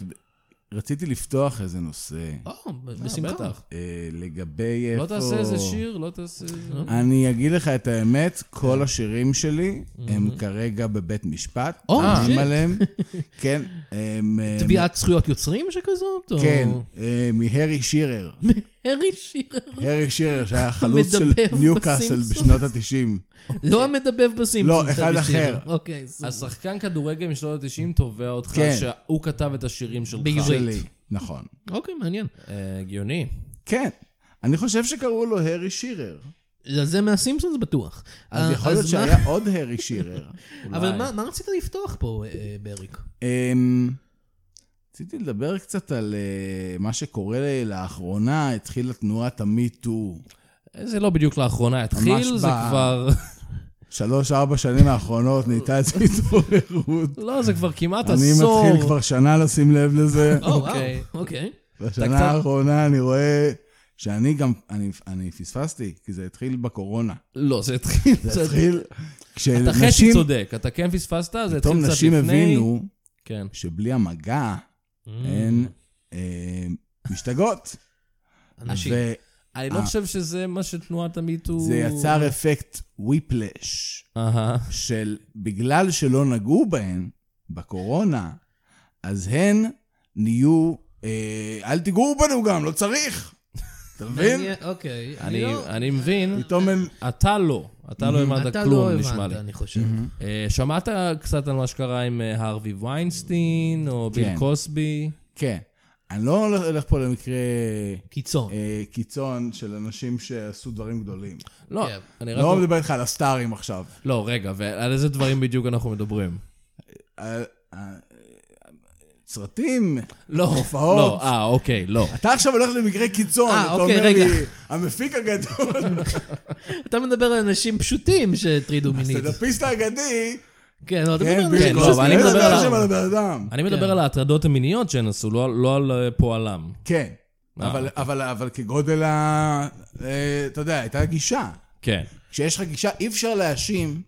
רציתי לפתוח איזה נושא. או, ב- אה, בשמחה. בטח. אה, לגבי איפה... לא תעשה איזה שיר, לא תעשה... אני אגיד לך את האמת, כל השירים שלי הם כרגע בבית משפט. או, עובדים שיט. עליהם. כן. הם, אה, תביעת זכויות יוצרים שכזאת? או- כן, אה, מהרי שירר. הרי שירר. הארי שירר, שהיה חלוץ של המדבב ניוקאסל בסימפסונס. בשנות ה-90. לא המדבב בסימפסון. לא, אחד אחר. אוקיי, סבבה. השחקן כדורגל משנות ה-90 תובע אותך אה. כן. שהוא כתב את השירים שלך. בעברית. שלי. נכון. אוקיי, מעניין. אה, הגיוני. כן. אני חושב שקראו לו הארי שירר. לא, זה מהסימפסונס בטוח. אז אה, יכול להיות מה- שהיה עוד הארי שירר. אבל אולי. מה- מה רצית לפתוח פה, אה, אה, בריק? אמ, רציתי לדבר קצת על אה, מה שקורה לאחרונה, התחילה תנועת המיטו. זה לא בדיוק לאחרונה התחיל, ממש זה ב- כבר... שלוש, ארבע שנים האחרונות נהייתה איזו התעוררות. לא, זה כבר כמעט אני עשור. מתחיל כבר שנה לשים לב לזה. או, אה, וואו, אוקיי. אוקיי. אתה בשנה קצת- האחרונה אני רואה שאני גם, אני- אני פספסתי, כי זה התחיל בקורונה. לא, זה התחיל... זה התחיל אתה חצי כשנשים, צודק, אתה כן פספסת, זה התחיל קצת פתאום לפני. נשים הבינו כן. שבלי המגע הן אה, משתגעות. אנשים. אני לא אה. חושב שזה מה שתנועת המיטו... וזה יצר אפקט וויפלש. אהה. של בגלל שלא נגעו בהן בקורונה, אז הן נהיו, אה, אל תיגעו בנו גם, לא צריך. אתה מבין? מעניין, אוקיי. אני- לא- אני מבין, פתאום הן... אתה לא. אתה לא הבנת אתה כלום, לא נשמע לי. הבנת, אני חושב. אה, שמעת קצת על מה שקרה עם אה, הרווי ויינסטין, או ביל כן. קוסבי? כן. אני לא הולך- הולך פה למקרה קיצון. אה, קיצון של אנשים שעשו דברים גדולים. לא, כן. אני רק... לא מדבר איתך על הסטארים עכשיו. לא, רגע, ועל איזה דברים בדיוק אנחנו מדברים? אה, אה, סרטים, לא, הופעות. לא, אה, אוקיי, לא. אתה עכשיו הולך למקרה קיצון, אה, אתה אוקיי, אומר רגע. לי, המפיק הגדול, אתה מדבר על אנשים פשוטים שהטרידו מינית. הסטנדאפיסט האגדי, כן, לא, אתה מדבר כן, על ביל כן, אנשים לא, קוסבי, אבל אני אין מדבר לדבר על- שם על הבן אדם. אני כן. מדבר על ההטרדות המיניות שהן עשו, לא לא על אה, פועלם. כן. אה, אבל, אבל, אבל כגודל ה... אה, אתה יודע, הייתה גישה. כן. כשיש לך גישה, אי אפשר להאשים.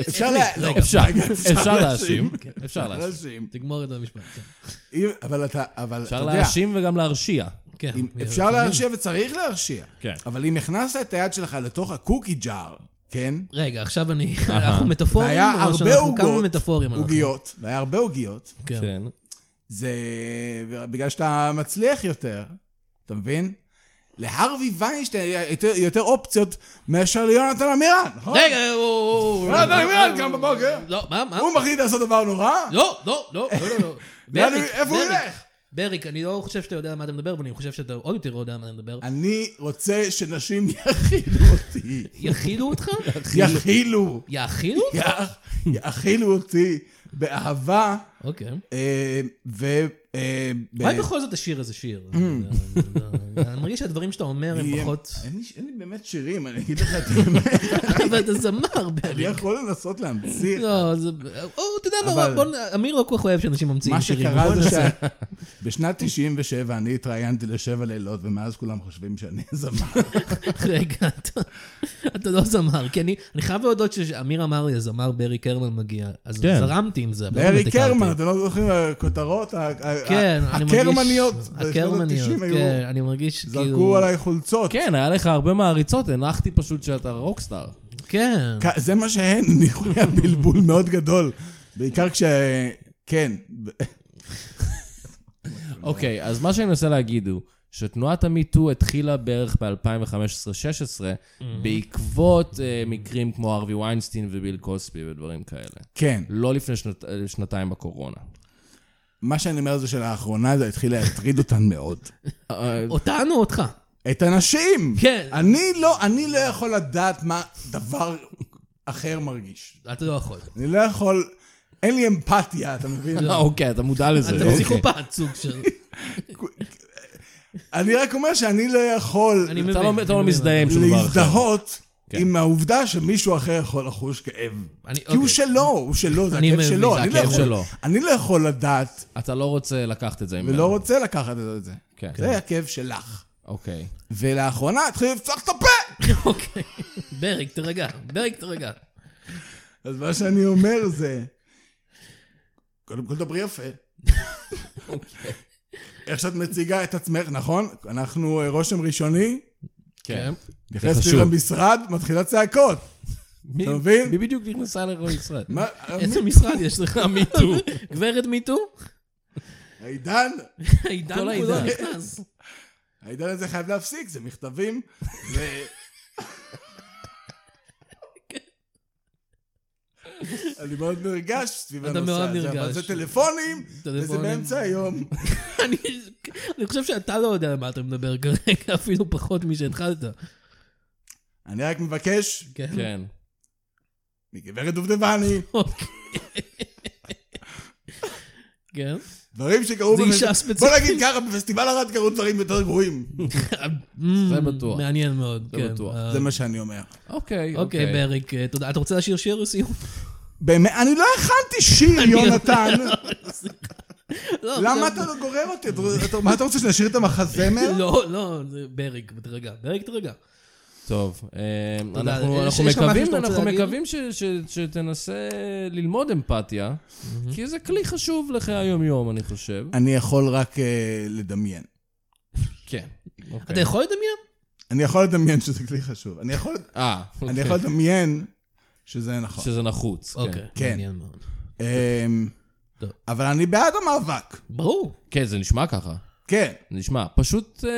אפשר לה- לא, אפשר, רגע, אפשר להאשים, אפשר אפשר להאשים. להאשים. תגמור את המשפט. כן. אם- אבל אתה, אבל אתה אפשר יודע, להאשים וגם להרשיע. כן. אם כן, אפשר לפעמים. להרשיע וצריך להרשיע. כן. אבל אם הכנסת את היד שלך לתוך הקוקי ג'אר, כן? רגע, עכשיו אני... אנחנו מטאפורים, והיה או הרבה שאנחנו כמה עוגות, מטאפורים אנחנו? עוגיות, והיה הרבה עוגיות. כן. כן. זה בגלל שאתה מצליח יותר, אתה מבין? להרווי ויינשטיין היה יותר- יותר אופציות מאשר ליונתן עמירן, נכון? רגע, אה, או, או, או, יונתן או, עמירן או, קם בבוקר, לא, מה, מה? הוא מחליט לעשות דבר נורא? לא, לא, לא, לא, לא, לא. לאן הוא- ברק, איפה הוא ברק, ילך? ברק, אני לא חושב שאתה יודע על מה אתה מדבר, ואני חושב שאתה עוד יותר לא יודע על מה אתה מדבר. אני רוצה שנשים יכילו אותי. יכילו אותך? יכילו. יאכילו? יאכ- יכילו אותי באהבה. אוקיי. אה, ו... אה, ב- אולי בכל זאת השיר הזה שיר. אתה יודע, אני מרגיש שהדברים שאתה אומר הם אני- פחות... אין לי- אין לי באמת שירים, אני אגיד לך את האמת. אבל אתה זמר, אני ברק. יכול לנסות להמציא. לא, זה... או, אתה יודע מה, אבל- בוא נ- אמיר לא כל כך אוהב שאנשים ממציאים מה שירים. שקרה בוא זה נעשה- שבשנת 97 אני התראיינתי לשבע לילות, ומאז כולם חושבים שאני לא זמר. רגע, אתה- אתה לא זמר, כי אני אני חייב להודות שאמיר אמר לי, הזמר ברי קרמן מגיע, אז כן. זרמתי עם זה. אבל לא באמת לארי הכרתי. קרמן, אתם לא זוכרים הכותרות? ה- ה- כן, ה- אני מרגיש... הקרמניות. בשנות הקרמניות, ה-90 היו- כן, אני מרגיש כאילו... זרקו עליי חולצות. כן, היה לך הרבה מעריצות, הנחתי פשוט שאתה רוקסטאר. כן. כ- זה מה שהן, אני חווה בלבול מאוד גדול. בעיקר כש... כן. אוקיי, אז מה שאני מנסה להגיד הוא, שתנועת המיטו התחילה בערך ב-2015-2016, בעקבות אה, מקרים כמו ארווי ויינסטין וביל קוסבי ודברים כאלה. כן. לא לפני שנת- אה, שנתיים בקורונה. אה, מה שאני אומר זה שלאחרונה זה התחיל להטריד אותן מאוד. אה, אותנו, אותך. את הנשים! כן. אני לא, אני לא יכול לדעת מה דבר אחר מרגיש. אתה לא יכול. אני לא יכול... אין לי אמפתיה, אתה מבין? אה, אוקיי, אתה מודע לזה. אתה אוקיי. פסיכופת סוג של... אני רק אומר שאני לא יכול אני אתה מבין. לא- אני אתה לא מבין. מזדהה עם שום דבר אחר. להזדהות כן. עם העובדה שמישהו אחר יכול לחוש כאב. אני- כי הוא אוקיי. שלו, הוא שלו, זה אני הכאב מבין, שלו. זה אני לא הכאב יכול- שלו. אני לא יכול לדעת אתה לא רוצה לקחת את זה ממנו. ולא רוצה לקחת את זה. לא. כן. זה הכאב שלך. אוקיי. ולאחרונה התחיל לפצוח את הפה! אוקיי. ברק, תירגע. ברק, תירגע. אז מה שאני אומר זה, קודם כל דברי יפה. אוקיי. איך שאת מציגה את עצמך, נכון? אנחנו אה, רושם ראשוני, כן. נכנסת חשוב. לי למשרד, מתחילה צעקות. מי- אתה מבין? מי בדיוק נכנסה לרועי ישראל? מה, איזה משרד יש לך? מיטו. גברת מיטו? העידן, העידן כל כולו העידן. נכנס. העידן הזה חייב להפסיק, זה מכתבים. זה- אני מאוד נרגש סביב אתה הנושא מאוד הזה, אבל נרגש. זה טלפונים, וזה טלפונים. באמצע היום. אני אני חושב שאתה לא יודע על מה אתה מדבר כרגע, אפילו פחות משהתחלת. אני רק מבקש כן. כן. מגברת דובדבני, אוקיי. כן. דברים שקרו... זה בפס- אישה ספציפית. אה. בוא נגיד ככה, בפסטיבל ערד קרו דברים יותר גרועים. זה בטוח. Mm, מעניין מאוד, זה כן. בטוח. אה, זה מה שאני אומר. אוקיי, אוקיי, ברק, אה, תודה. אתה רוצה לשיר שיר לסיום? באמת, אני לא הכנתי שיר, יונתן. לא, למה עכשיו- אתה לא גורר אותי? אתה- אתה- מה אתה רוצה, שנשאיר את המחזמר? לא, לא, זה ברק, תרגע. ברק, תרגע. כן. טוב, אה, אנחנו תודה. אנחנו יש לך משהו מקווים, שאתה רוצה אנחנו להגיד? מקווים ש- ש- שתנסה ללמוד אמפתיה, כי זה כלי חשוב לחיי היום-יום, אני חושב. אני יכול רק אה, לדמיין. כן. אוקיי. אתה יכול לדמיין? כן. אני יכול לדמיין שזה כלי חשוב. אני יכול אה, אני אוקיי. יכול לדמיין שזה נכון. שזה נחוץ. כן. אוקיי, כן. מעניין מאוד. אמ, טוב. אבל אני בעד המאבק, ברור. כן, זה נשמע ככה. כן. זה נשמע. פשוט, אה,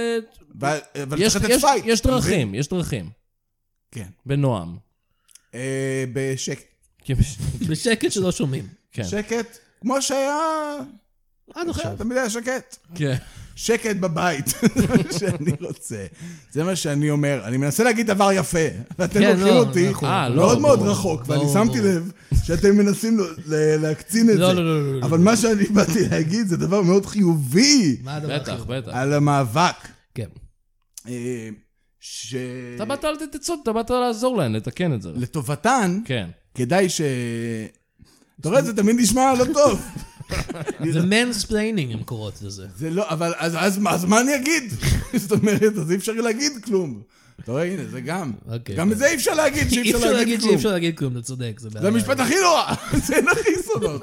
ו- אבל יש- צריך לתת יש- פייט. יש אתה מבין? דרכים, יש דרכים. כן. בנועם. אה, בשקט. כן, בשקט שלא שומעים. כן. שקט, כמו שהיה... עד עכשיו. תמיד היה שקט. כן. שקט בבית, זה מה שאני רוצה. זה מה שאני אומר. אני מנסה להגיד דבר יפה, ואתם כן, לוקחים לא, אותי נכון. אה, לא, מאוד מאוד ברור. רחוק, ואני ברור, שמתי ברור. לב שאתם מנסים ל- ל- להקצין את זה. לא, לא, לא, לא, לא. אבל מה שאני באתי להגיד זה דבר מאוד חיובי מה הדבר בטח, הכי- בטח. על המאבק. כן. אה, ש... אתה באת לתת עצות, אתה באת לעזור להן, לתקן את זה. לטובתן, כן. כדאי ש... אתה רואה, זה תמיד נשמע לא טוב. זה מנספליינינג הם קוראות לזה. זה לא, אבל אז, אז, מה- אז מה אני אגיד? זאת אומרת, אז אי אפשר להגיד כלום. אתה רואה, הנה, זה גם. אוקיי. גם את זה אי אפשר להגיד, שאי אי אפשר להגיד שאי כלום. אפשר להגיד כלום, אתה צודק. זה זה בעיה. לא המשפט הכי נורא, זה אין הכי סודות.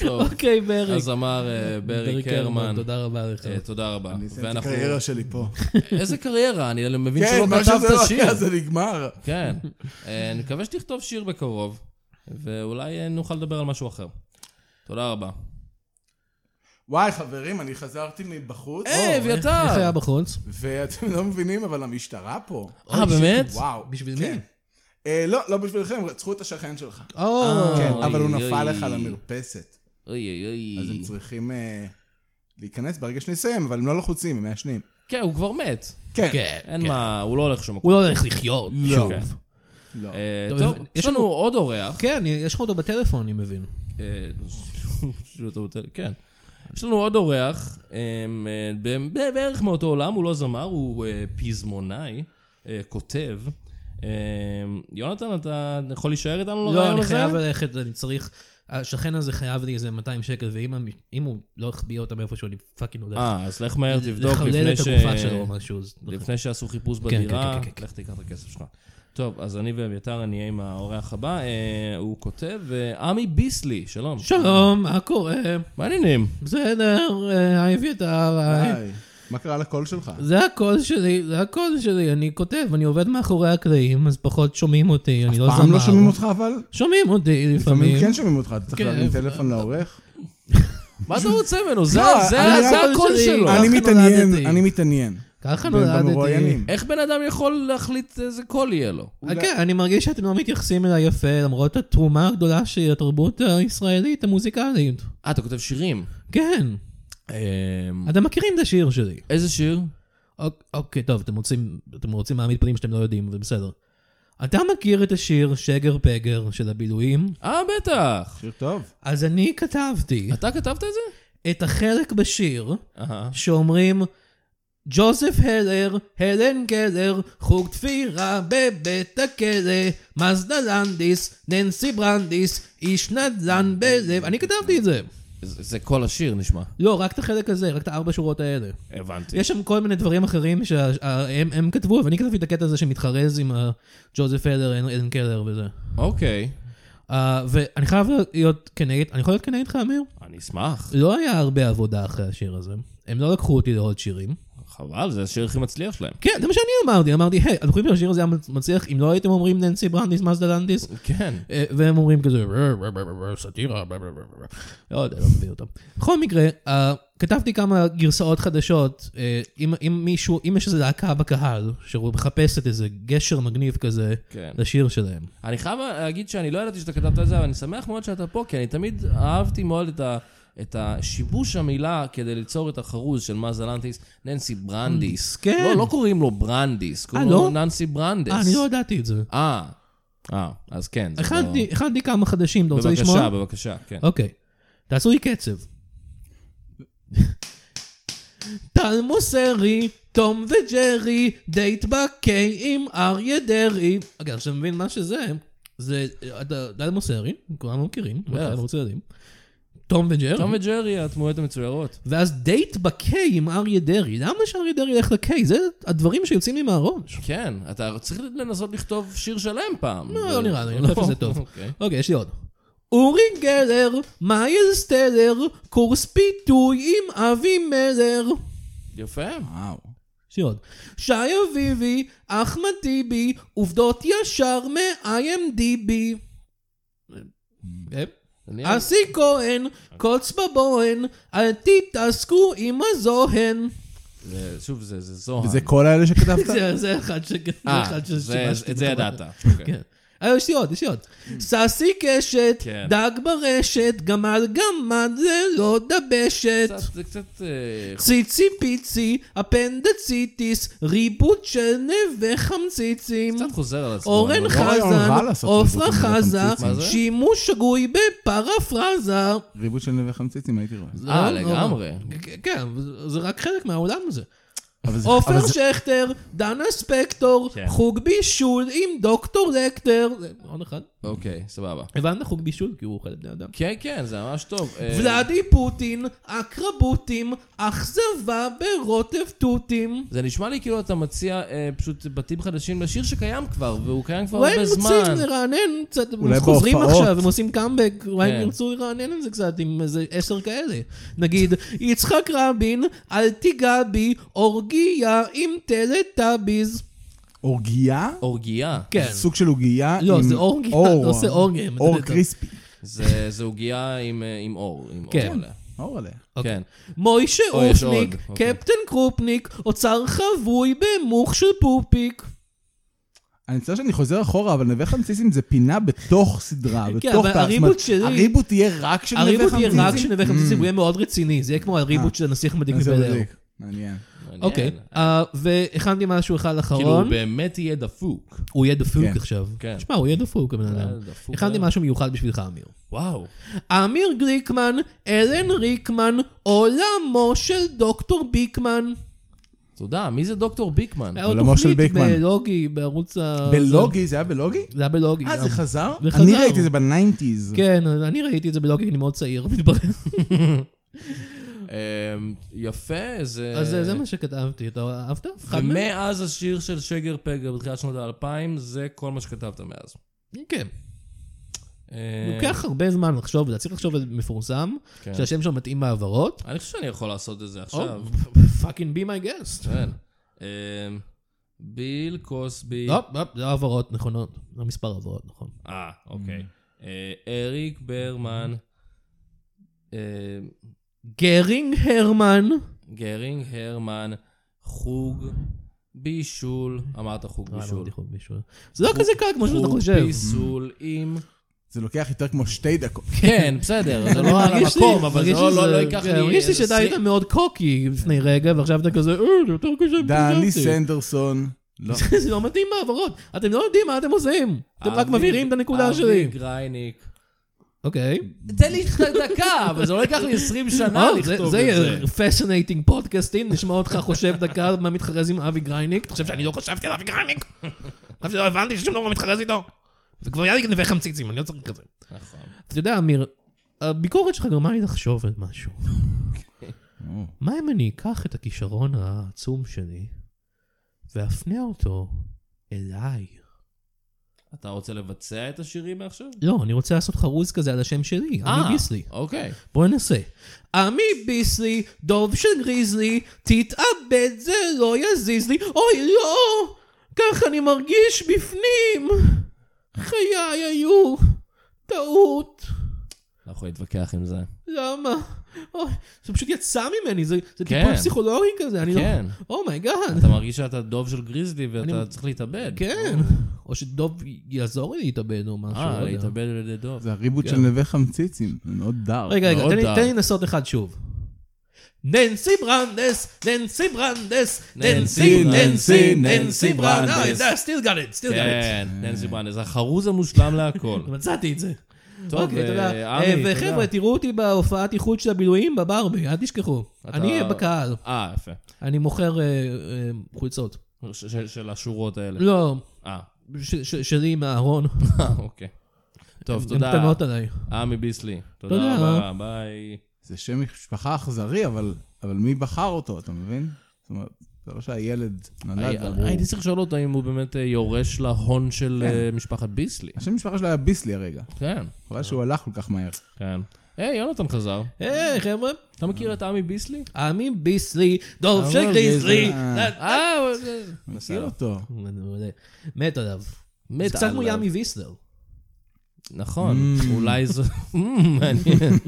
טוב. אוקיי, ברי. אז אמר אה, ברי קרמן, תודה רבה לך. אה, תודה רבה. אני אסיים את ואנחנו- הקריירה שלי פה. איזה קריירה? אני לא מבין כן, שלא מה שזה כתבת לא שיר. היה זה נגמר. כן. אה, אני מקווה שתכתוב שיר בקרוב, ואולי אה, נוכל לדבר על משהו אחר. תודה רבה. וואי, חברים, אני חזרתי מבחוץ, היי, אביתר! איך היה בחוץ? ואתם לא מבינים, אבל המשטרה פה. אה, באמת? וואו. בשביל כן. מי? אה, אה, לא, לא בשבילכם, רצחו את השכן שלך. או, כן, אוי, אבל הוא אוי. נפל לך למרפסת. אוי אוי אז הם אוי. צריכים אה, להיכנס ברגע שנסיים, אבל הם לא לחוצים, הם מעשנים. כן, הוא כבר מת. כן. כן. אין כן. מה, הוא לא הולך לשום מקום. הוא לא הולך לחיות. שוב. כן. לא. אה, טוב, טוב, אבל יש יש לנו לנו- עוד אורח. כן, יש לך אותו בטלפון, אני מבין. אה, שהוא טעות, כן. יש לנו עוד אורח, אה, אה, ב- ב- בערך מאותו עולם, הוא לא זמר, הוא אה, פזמונאי, אה, כותב. אה, יונתן, אתה יכול להישאר איתנו לרעיון לא, הזה? אני חייב ללכת, אני צריך... השכן הזה חייב לי איזה 200 שקל, ואם אני- אם הוא לא החביא אותם איפשהו, אני פאקינג הולך. אה, אז לך מהר, תבדוק לחלל לפני את ש... הגופה שלו או משהו. אז- לפני שעשו חיפוש כן, בדירה, כן, כן, כן, כן. לך תיקח את הכסף שלך. טוב, אז אני ואביתר נהיה עם האורח הבא. אה, הוא כותב, אה, עמי ביסלי, שלום. שלום, מה קורה? מה העניינים? בסדר, אה, היי אביתר, היי. היי, מה קרה לקול שלך? זה הקול שלי, זה הקול שלי, אני כותב, אני עובד מאחורי הקלעים, אז פחות שומעים אותי, אני לא זמר. פעם לא שומעים אותך, אבל? שומעים אותי לפעמים לפעמים. כן שומעים אותך, אתה צריך כן, להרים אבל- טלפון לעורך. מה אתה רוצה ממנו? זה לא, זה- אני זה רק- הקול שלי. שלו. אני ככה מתעניין, נולדתי. אני מתעניין. ככה ב- נולדתי. במרואיינים. איך בן אדם יכול להחליט איזה קול יהיה לו? אולי- כן, אני מרגיש שאתם לא מתייחסים אליי יפה, למרות התרומה הגדולה שלי לתרבות הישראלית המוזיקלית. אה, אתה כותב שירים. כן, אמ, אתם מכירים את השיר שלי. איזה שיר? אוק- אוקיי, טוב, אתם רוצים, אתם רוצים להעמיד פנים שאתם לא יודעים, זה בסדר. אתה מכיר את השיר שגר פגר של הבילויים? אה, בטח. שיר טוב. אז אני כתבתי אתה כתבת את זה? את החלק בשיר אהה. שאומרים ג'וזף הלר, הלן גלר, חוג תפירה בבית הכלא, מזדה לנדיס, ננסי ברנדיס, איש נדל"ן בלב. אני כתבתי את זה. זה זה כל השיר נשמע. לא, רק את החלק הזה, רק את הארבע שורות האלה. הבנתי. יש שם כל מיני דברים אחרים שהם הם כתבו, ואני כתבתי את הקטע הזה שמתחרז עם ה- ג'וזף הלר, הלן- הלן גלר וזה. אוקיי. אה, ואני חייב להיות כנגד, אני יכול להיות כנגד לך, אמיר? אני אשמח. לא היה הרבה עבודה אחרי השיר הזה. הם לא לקחו אותי לעוד שירים. חבל, זה השיר הכי מצליח שלהם. כן, זה מה שאני אמרתי, אמרתי, היי, אתם חושבים שהשיר הזה היה מצליח אם לא הייתם אומרים ננסי ברנדיס, מזדה לנדיס? כן. אה, והם אומרים כזה, "אה, אה, אה, אה, סאטירה, אה, אה, אה, אה." לא יודע, לא מבין אותם. בכל מקרה, אה, כתבתי כמה גרסאות חדשות, אה, אם- אם מישהו, אם יש איזו להקה בקהל, שמחפשת איזה גשר מגניב כזה כן. לשיר שלהם. אני חייב להגיד שאני לא ידעתי שאתה כתבת את זה, אבל אני שמח מאוד שאתה פה, כי אני תמיד אהבתי מאוד את ה... את השיבוש המילה כדי ליצור את החרוז של מה זה לנטיס, ננסי ברנדיס. כן. לא, לא קוראים לו ברנדיס, קוראים אה, לו לא? ננסי ברנדס. אה, אני לא ידעתי את זה. אה, אה, אז כן. זה הכנתי- הכנתי כמה חדשים, אתה לא... רוצה לשמוע? בבקשה, בבקשה, כן. אוקיי. תעשו לי קצב. טל מוסרי, תום וג'רי, דייט בקיי עם אריה דרעי. אגב, עכשיו מבין מה שזה, זה אה, טל מוסרי, כולם מכירים, בטח. כולם רוצים ילדים. תום וג'רי. תום וג'רי, הדמויות המצוירות. ואז דייט בקיי עם אריה דרעי. למה שאריה דרעי ילך לקיי? זה הדברים שיוצאים לי מהראש. כן, אתה צריך לנסות לכתוב שיר שלם פעם. לא, זה- לא נראה לי, אני חושב שזה טוב. אוקיי. אוקיי, יש לי עוד. אורי גלר, מיילס טלר, קורס פיתוי עם אבי מלר. יפה. וואו. יש לי עוד. שי אביבי, אחמד טיבי, עובדות ישר מ-IMDB. אה, זה נראה- אסי כהן, קוץ בבוהן, אל תתעסקו עם הזוהן. זה- שוב, זה זה זוהר. וזה כל האלה שכתבת? זה זה אחד ש... אה, אחד זה- ששימשתי את זה בכוונה. ידעת. אוקיי. כן. אה, יש לי עוד, יש לי עוד. ססי קשת, כן. דג ברשת, גמל גמד זה לא דבשת. קצת- זה קצת... אה, ציצי פיצי, אפנדציטיס, ריבוד של נווה חמציצים. קצת חוזר על עצמו. אני אורן לא- ח- היה חזן, רע לעשות עפרה ריבוד של נווה חזה, חמציצים. מה זה? שימוש שגוי בפרפרזה. ריבוד של נווה חמציצים, הייתי רואה. אה, לא, לא, לגמרי. לא. כן, כן, זה רק חלק מהעולם הזה. אבל זה- אבל עופר זה- שכטר, דנה ספקטור, כן. חוג בישול עם דוקטור לקטר. זה עוד אחד. אוקיי, סבבה. הבנת חוג בישול? כי הוא אוכל בני אדם. כן, כן, זה ממש טוב. אה, ולאדי פוטין, הקרבוטים, אכזבה ברוטב תותים. זה נשמע לי כאילו אתה מציע אה, פשוט בתים חדשים לשיר שקיים כבר, והוא קיים כבר אולי הרבה הם זמן. רוצים לרענן קצת, הם אולי חוזרים בהופעות. עכשיו, הם עושים קאמבק, אולי כן. הם ירצו לרענן על זה קצת עם איזה עשר כאלה. נגיד, יצחק רבין, אל תיגע בי, אורגיה עם טלטאביז. עורגייה? עורגייה. כן. סוג של עוגיה לא, עם זה אורגיה, אור. אתה עושה אורגיה, אם אתה אור יודע. קריספי. זה זה עוגיה עם אה, עם אור. עם אור כן. אוקיי. עליה. אור עליה. כן. מוישה או, יש אופניק, עוד, אוקיי. קפטן קרופניק, אוצר חבוי במוך של פופיק. אני מצטער שאני חוזר אחורה, אבל נווה חמציסים זה פינה בתוך סדרה, בתוך כן, אבל תא- זאת אומרת, הריבוט שלי- הריבוט יהיה רק של נווה הריבוט חמציסים? יהיה רק של נווה חמציסים, הוא יהיה מאוד רציני, זה יהיה כמו הריבוט Mm. אה. של הנסיך המדאיג אז זה מבלר. מדליק. מעניין. מעניין. אוקיי, אה, והכנתי משהו אחד כן. כאילו, הוא אחרון, באמת יהיה דפוק. הוא יהיה דפוק כן. עכשיו. כן. תשמע, הוא יהיה דפוק, הבן אדם. אה, דפוק הכנתי מאוד. משהו מיוחד בשבילך, אמיר. וואו. אמיר גליקמן, אלן ריקמן, עולמו של דוקטור ביקמן. תודה, מי זה דוקטור ביקמן? היה עוד עולמו של תוכנית ביקמן. בלוגי, בערוץ ה... בלוגי, זה היה בלוגי? זה היה בלוגי. אה, גם. זה חזר? זה אני חזר. ראיתי את זה בניינטיז. כן, אני ראיתי את זה בלוגי, אני מאוד צעיר, מתברר. אמ, יפה, זה... אז אה, זה זה מה שכתבתי, אתה אהבת? אחד מהם? ומאז השיר של שגר פגר בתחילת שנות האלפיים, זה כל מה שכתבת מאז. כן. אה, לוקח הרבה זמן לחשוב, אתה צריך לחשוב על מפורסם, כן. שהשם שלו מתאים Oh, בהעברות. אני חושב שאני יכול לעשות את זה עכשיו. פאקינג בי מי גסט. כן. אמ, ביל קוסבי. הופ, הופ, זה העברות נכונות. זה מספר העברות, נכון. אה, אוקיי. Mm. אה, אריק ברמן. אמ, גרינג הרמן. גרינג הרמן. חוג בישול. אמרת חוג אה, לא, בישול. אמרתי חוג בישול. זה לא כזה קל כמו שאתה חושב. כן. חוג בישול עם... זה לוקח יותר כמו שתי דקות. כן, בסדר, זה אני לא על מרגיש לי- המקום, אבל זה מרגיש לא- לי לא שזה- לא ייקח כן, לי... מרגיש לי איזה שאתה היית עשרים- מאוד קוקי לפני רגע, ועכשיו אתה כזה, אה, זה יותר קשה דני מחשבתי." סנדרסון. לא. זה לא מתאים בהעברות. אתם לא יודעים מה אתם עושים. אתם רק אביב- מבהירים את הנקודה שלי. אביב גרייניק. אוקיי. תן לי דקה, אבל זה לא ייקח לי 20 שנה אה, זה- לכתוב את זה יהיה זה. פסינטינג פודקאסטים, נשמע אותך חושב דקה מה מתחרז עם אבי גרייניק. אתה חושב שאני לא חשבתי על אבי גרייניק? חשבתי שלא הבנתי ששום דבר מתחרז איתו. זה כבר היה לי נווה חמציצים, אני לא צריך כזה. נכון. אתה יודע, אמיר, הביקורת שלך גרמה לי לחשוב על משהו. מה אם אני אקח את הכישרון העצום שלי ואפנה אותו אליי? אתה רוצה לבצע את השירים מעכשיו? לא, אני רוצה לעשות חרוז כזה על השם שלי, אה, עמי ביסלי. אוקיי. בוא ננסה. עמי ביסלי, דוב של גריזלי, תתאבד זה לא יזיז לי, אוי לא! כך אני מרגיש בפנים! חיי היו טעות. אנחנו יכולים להתווכח עם זה. למה? אוי, זה פשוט יצא ממני, זה, זה כן. טיפול פסיכולוגי כזה, אני כן. לא... אומייגאד. אתה מרגיש שאתה דוב של גריזלי ואתה אני- צריך להתאבד. כן. או שדוב יעזור לי להתאבד או משהו. אה, לא יודע. להתאבד על ידי דוב. זה הריבוט של כן. נווה חמציצים. זה מאוד דארק. רגע, רגע, מאוד תן לי- דארק. תן לי לנסות אחד שוב. ננסי ברנדס, ננסי ברנדס, ננסי, ננסי, ננסי ברנדס. אה, still got it, still got it. כן, ננסי ברנד, זה החרוז המושלם להכל. מצאתי את זה. כן. טוב, אוקיי, אה, תודה. עמי, אה, תודה. וחבר'ה, תראו אותי בהופעת איחוד של הבילויים בברבי, אל תשכחו. אתה- אני אהיה בקהל, אה, יפה. אני מוכר אה, אה, חולצות. ש- של- של השורות האלה. לא, אה, ש- ש- שלי עם הארון, אוקיי. טוב, הן תודה. קטנות עליי. עמי ביסלי. תודה תודה. רבה, ביי. זה שם משפחה אכזרי, אבל אבל מי בחר אותו, אתה מבין? זאת אומרת, זה לא שהילד נולד הי- ואמרו... הייתי צריך לשאול אותו אם הוא באמת אה, יורש להון של כן. אה, משפחת ביסלי. השם משפחה שלו היה ביסלי הרגע. כן, חבל שהוא הלך כל כך מהר. כן. היי, יונתן חזר. היי, חבר'ה, אתה מכיר את עמי ביסלי? עמי ביסלי, דוב של לא, אמר גריזלי. גריזלי. אה, הוא- זה- מכיר אותו. מת עליו. אה. מת זה קצת Mm. כמו עליו. ימי ויסלר. נכון, אולי זה... אמ, מעניין.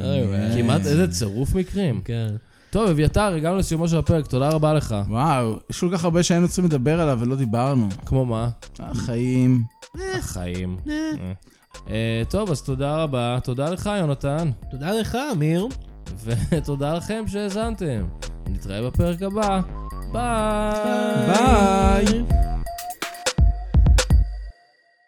אה, כמעט איזה צירוף מקרים. כן. טוב, אביתר, הגענו לסיומו של הפרק, תודה רבה לך. וואו, יש כל כך הרבה שהיינו צריכים לדבר עליו ולא דיברנו. אה, כמו מה? החיים. החיים. אה, טוב, אז תודה רבה. תודה לך, יונתן. תודה לך, אמיר. ותודה לכם שהאזנתם. נתראה בפרק הבא. ביי. ביי. ביי.